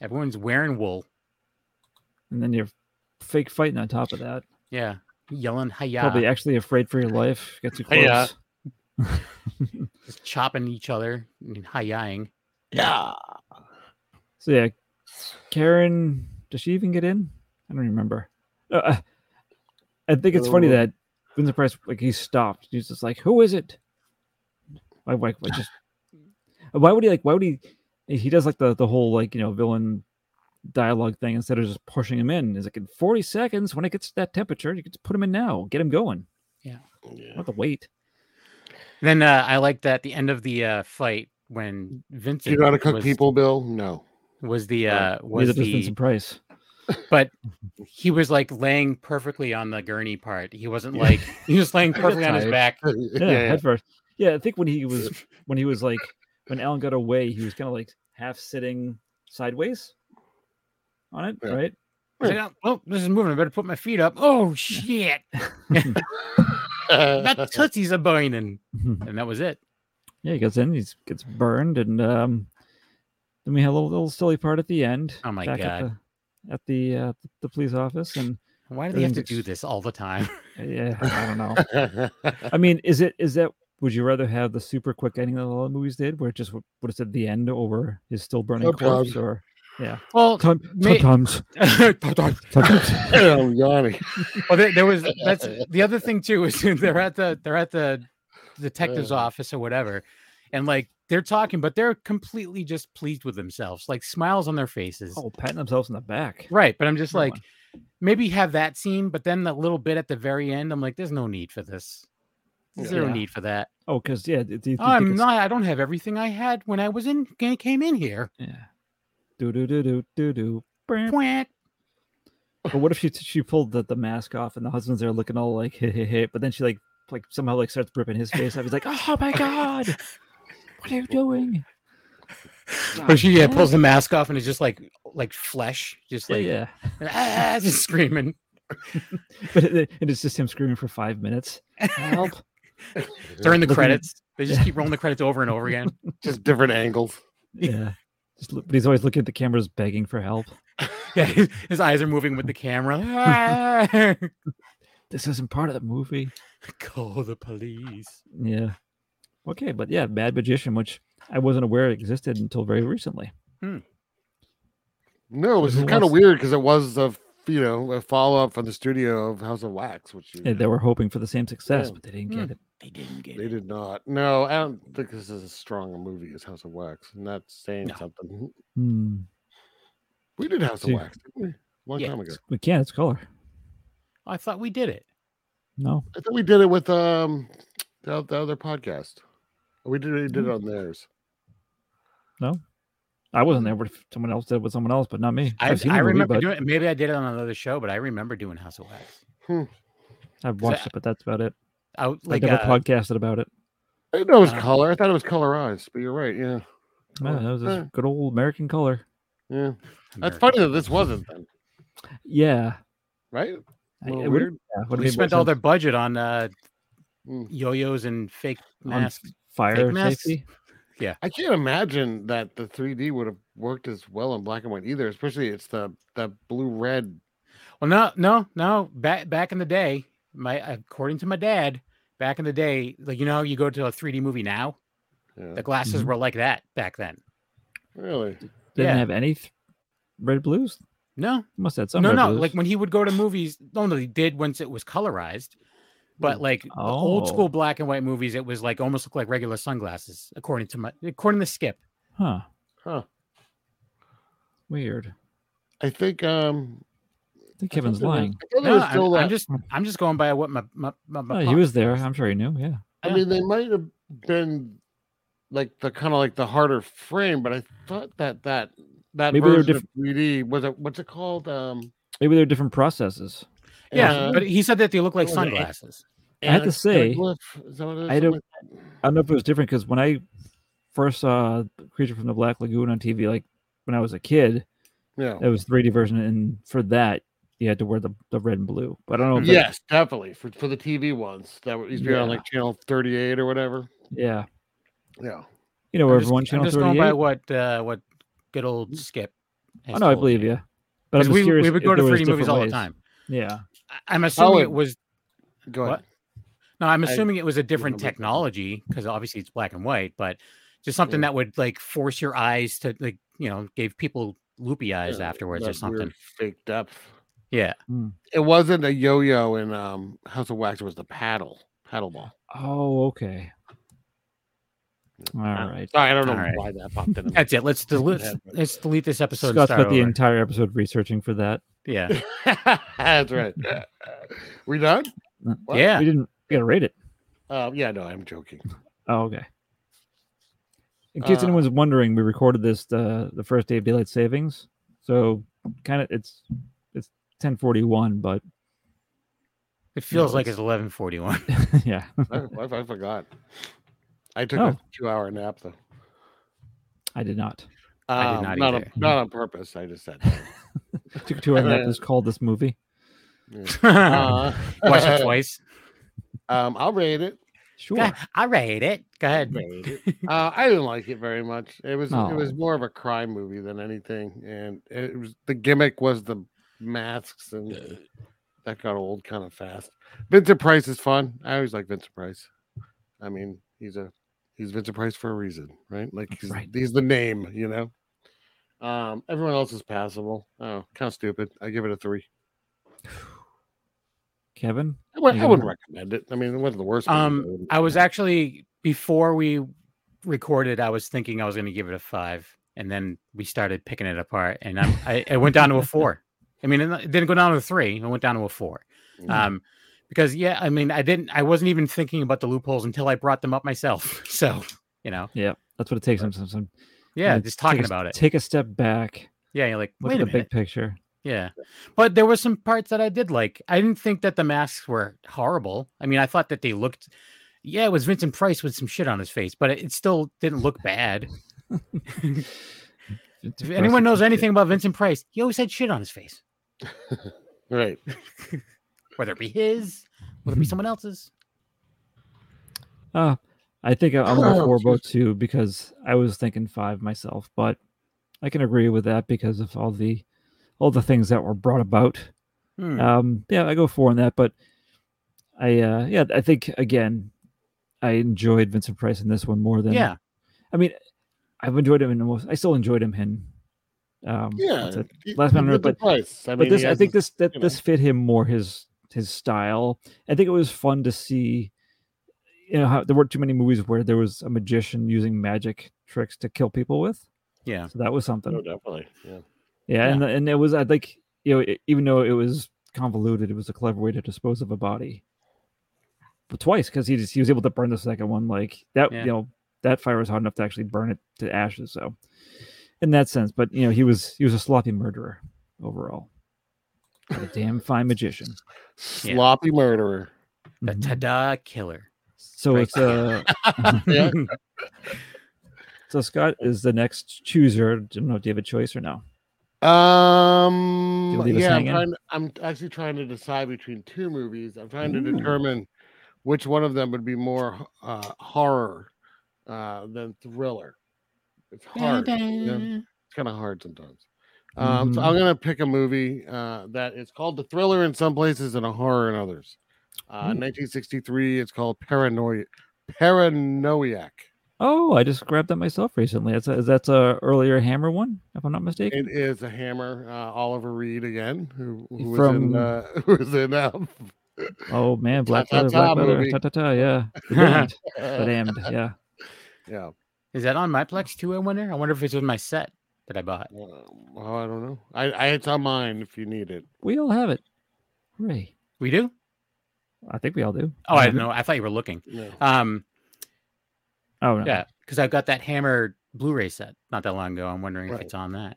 Everyone's wearing wool. and then you're fake fighting on top of that. Yeah, yelling hiya, Probably actually afraid for your life. Get too close. Hiya. just chopping each other and hiyaing. Yeah. So yeah, Karen, does she even get in? I don't remember. Uh, uh, I think it's funny Oh. that Vincent Price like he stopped. He's just like, "Who is it?" Why? Why? why just why would he like? Why would he? He does like the the whole like you know villain dialogue thing instead of just pushing him in. He's like, in forty seconds, when it gets to that temperature, you can just put him in now, get him going. I Yeah. don't have to wait. Then uh, I liked that at the end of the uh, fight when Do Vincent you know how to cook was, people, Bill? No. was the Oh, uh, Neither was does the Vincent Price. but he was like laying perfectly on the gurney part. He wasn't like he was laying get perfectly on his tired. back. yeah. yeah, head first. Yeah, I think when he was when he was like when Alan got away, he was kind of like half sitting sideways on it, Yeah. right? He's like, "Oh, well, this is moving. I better put my feet up. Oh shit! That tootsie's a burning, and that was it. yeah, he gets in, he gets burned, and um, then we had a little, little silly part at the end. Oh my At the at the, uh, the police office, and Why do they have to Everything's do ex- this all the time? uh, yeah, I don't know. I mean, is it is that? Would you rather have the super quick ending that a lot of movies did, where it just would have said the end over his still burning No corpse, probs. or Well, time, May- times, times. Oh, Yanni. well, there, there was that's the other thing too is they're at the they're at the detective's Yeah. office or whatever, and like they're talking, but they're completely just pleased with themselves, like smiles on their faces. Oh, patting themselves in the back. Right, but I'm just That like, one. maybe have that scene, but then the little bit at the very end, I'm like, there's no need for this. There's no Yeah. need for that. Oh, because yeah, do, do you I'm not. I don't have everything I had when I was in ca- came in here. Yeah. Do do do do do do. But Pwant. what if she t- she pulled the, the mask off and the husband's there looking all like hey hey hey, but then she like like somehow like starts ripping his face off. He's like, oh my god, what are you doing? Or she yeah, pulls the mask off and it's just like like flesh, just Yeah, like yeah. "Ah," just screaming. But it, and it's just him screaming for five minutes. Help! During the Looking at- credits, they just Yeah. keep rolling the credits over and over again. Just different angles. yeah. Just look, but he's always looking at the cameras, begging for help. Yeah, his, his eyes are moving with the camera. This isn't part of the movie. Call the police. Yeah. Okay, but yeah, Mad Magician, which I wasn't aware existed until very recently. No, this Who is kind of wants- weird because it was a f- you know a follow up from the studio of House of Wax, which you- And they were hoping for the same success, Yeah. but they didn't Hmm. get it. They didn't get they it. did not. No, I don't think this is as strong a movie as House of Wax, and that's saying No. something. Hmm. We did House of See. Wax, didn't we? Long Yeah. time ago. We can't. It's color. I thought we did it. No. I think we did it with um the, the other podcast. We did we did it Mm. on theirs. I wasn't there. But if someone else did it with someone else, but not me. I, I've seen I the movie, remember but doing it. Maybe I did it on another show, but I remember doing House of Wax. I've 'cause watched I- it, but that's about it. I w- like I never uh, podcasted about it. I didn't know it was Uh-huh. Uh, color. I thought it was colorized, but you're right. Yeah, No, that was uh. just good old American color. yeah. That's American- funny that this wasn't then, Yeah. right? I- Well, it would- weird. yeah, would have uh, We made more spent all their sense budget on uh, Mm. yo-yos and fake on masks. fire fake masks. safety. I can't imagine that the 3D would have worked as well in black and white either. Especially it's the the blue red. Well, no, no, no. Back back in the day, my according to my dad, back in the day, like you know, you go to a 3D movie now. Yeah. The glasses Mhm. were like that back then. Really? They didn't Yeah. have any th- red blues. No, Must have had some. no, red no. blues. Like when he would go to movies, no, no, he did once it was colorized. But like the Oh. old school black and white movies, it was like almost looked like regular sunglasses, according to my according to Skip. Huh. Huh. Weird. I think um. I I think think Kevin's there was- lying. I thought there No, was I'm- still uh, I'm, that- just I'm just going by what my my, my, my Oh, he pop- was there. I'm sure he knew. Yeah. I yeah. mean, they might have been like the kind of like the harder frame, but I thought that that that Maybe they were version of 3D was it. What's it called? Um. Maybe they're different processes. yeah. uh, but he said that they look like what was it? sunglasses. I have to anaglyph- say, is that what it is? I don't- Something- I don't know if it was different because when I first saw Creature from the Black Lagoon on TV, like when I was a kid, Yeah. it was 3D version, and for that you had to wear the, the red and blue. But I don't know. If that- Yes, definitely for for the TV ones that were used to be on Yeah. like channel 38 or whatever. yeah. Yeah. You know, I'm where just, everyone I'm channel just going by 38. what uh, what good old Skip. has I know. Oh, I told believe me. you. But I'm 'Cause just we, curious. we would if go to there was 3D movies different all the ways. time. Yeah. I- I'm assuming it would- was Go What? ahead. no, I'm Oh, I- assuming it was a different remember that. technology because obviously it's black and white, but just something Yeah. that would like force your eyes to like you know gave people loopy eyes Yeah, afterwards or that something. weird Fake depth. Yeah, It wasn't a yo-yo in um, House of Wax. It was the paddle, paddle ball. Oh, okay. All Uh, right. Sorry, I don't know All right. why that popped in. that's it. Let's delete Yeah, but- let's delete this episode. Scott and start spent the over. entire episode researching for that. yeah, that's right. we done? What? yeah. We didn't. We gotta rate it. Um, yeah, no, I'm joking. Oh, okay. In case Uh, anyone's wondering, we recorded this the the first day of daylight savings, so kind of it's it's ten forty one, but It feels like it's- it's 11:41. yeah, I, I- I forgot. I took Oh. a two-hour nap though. Um, I did not. I did not not, on, either. not on purpose. I just said. that. Took two hours. Just called this movie. Uh, Watch it twice. um, I'll rate it. Sure. Go- I rate it. Go ahead. uh, I didn't like it very much. It was it was Oh. more of a crime movie than anything, and it was the gimmick was the masks, and that got old kind of fast. Vincent Price is fun. I always like Vincent Price. I mean, he's a he's Vincent Price for a reason, right? Like That's he's, right. he's the name, you know. Um, everyone else is passable. Oh, kind of stupid. I give it a three. Kevin. I, would, Yeah. I wouldn't recommend it. I mean, it wasn't the worst. movie, Um, but wouldn't I was recommend actually before we recorded, I was thinking I was going to give it a five, and then we started picking it apart, and I'm, I it went down to a four. I mean, it it didn't go down to a three; it went down to a four. it. Um, because yeah, I mean, I didn't, I wasn't even thinking about the loopholes until I brought them up myself. So you know, Yeah, that's what it takes. Some, some, some, yeah, like, just take talking Mm, a- about it. Take a step back. Yeah, you're like, Look wait at a the big minute, picture. yeah. But there were some parts that I did like. I didn't think that the masks were horrible. I mean, I thought that they looked. Yeah, it was Vincent Price with some shit on his face, but it it still didn't look bad. It's If impressive. anyone knows anything about Vincent Price, he always had shit on his face, right. whether it be his, whether it be someone else's. Uh, I think I- I'm on the Oh, four vote too because I was thinking five myself, but I can agree with that because of all the all the things that were brought about. Hmm. Um, yeah, I go four on that, but I uh, yeah, I think again, I enjoyed Vincent Price in this one more than yeah. I mean, I've enjoyed him in most. I still enjoyed him in. Um, Yeah, what's it? he- Last Man on with Earth, the price. I mean, but this, he I has think this that you know. this fit him more his his style. I think it was fun to see. You know, how, there weren't too many movies where there was a magician using magic tricks to kill people with. Yeah. So that was something. No, definitely. Yeah. yeah, and and it was I think you know it, even though it was convoluted, it was a clever way to dispose of a body. But twice because he just he was able to burn the second one like that. Yeah. You know that fire was hot enough to actually burn it to ashes. So, in that sense, but you know he was he was a sloppy murderer overall. But a damn fine magician. Sloppy murderer. The mm-hmm. Mhm. ta-da killer. So Right. it's uh Yeah. so Scott is the next chooser. don't know if you have a choice or no. Um, leave us yeah, I'm, hanging? trying, I'm actually trying to decide between two movies. I'm trying to determine which one of them would be more uh, horror uh, than thriller. It's hard. you know? It's kind of hard sometimes. Um, So Mhm. I'm gonna pick a movie uh, that is called the thriller in some places and a horror in others. Uh, Ooh. 1963. It's called Paranoia. Paranoiac. Oh, I just grabbed that myself recently. That's a, that's a earlier Hammer one, if I'm not mistaken. It is a hammer. Uh, Oliver Reed again, who, who was From- in uh, who was in um, oh man, Black Ta- ta- Leather, ta Black Leather, movie. ta ta ta, yeah, the damned, the yeah. damned, yeah. um, Is that on my Plex too? I wonder. I wonder if it's with my set that I bought. Um, oh, I don't know. I, I it's on mine if you need it. We all have it. Hooray! We do? I think we all do. Oh, I Have Mm-hmm. don't it? know. I thought you were looking. No. Um, Oh Uh-uh. no. yeah, because I've got that Hammer Blu-ray set not that long ago. I'm wondering Right. if it's on that.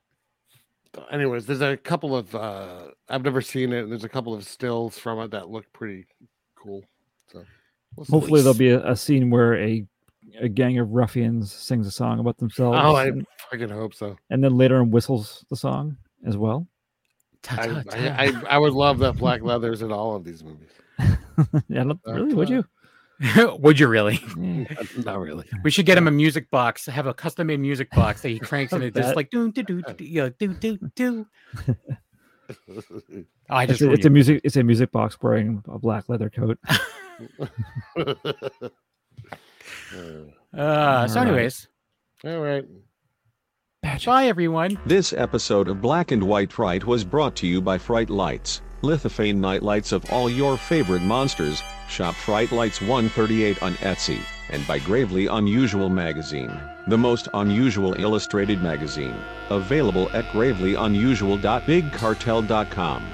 Anyways, there's a couple of uh, I've never seen it. And there's a couple of stills from it that look pretty cool. So we'll see. Hopefully there'll be a, a scene where a a gang of ruffians sings a song about themselves, Oh, I and, fucking hope so. and then later on whistles the song as well. Ta- I, ta- ta. I, I, I would love that black leathers in all of these movies. yeah, not, Uh, really? Would uh, you? Would you really? Yeah. Not really. We should get him a music box. Have a custom made music box that he cranks and it just That- like do do do do you know, do do do. Oh, I It's just a, it's ruined a it. music. It's a music box wearing a black leather coat. Uh, so, Alright. anyways, all right. bye everyone. This episode of Black and White Fright was brought to you by Fright Lights, lithophane nightlights of all your favorite monsters. Shop Fright Lights 138 on Etsy, and by Gravely Unusual Magazine, the most unusual illustrated magazine, available at gravelyunusual.bigcartel.com.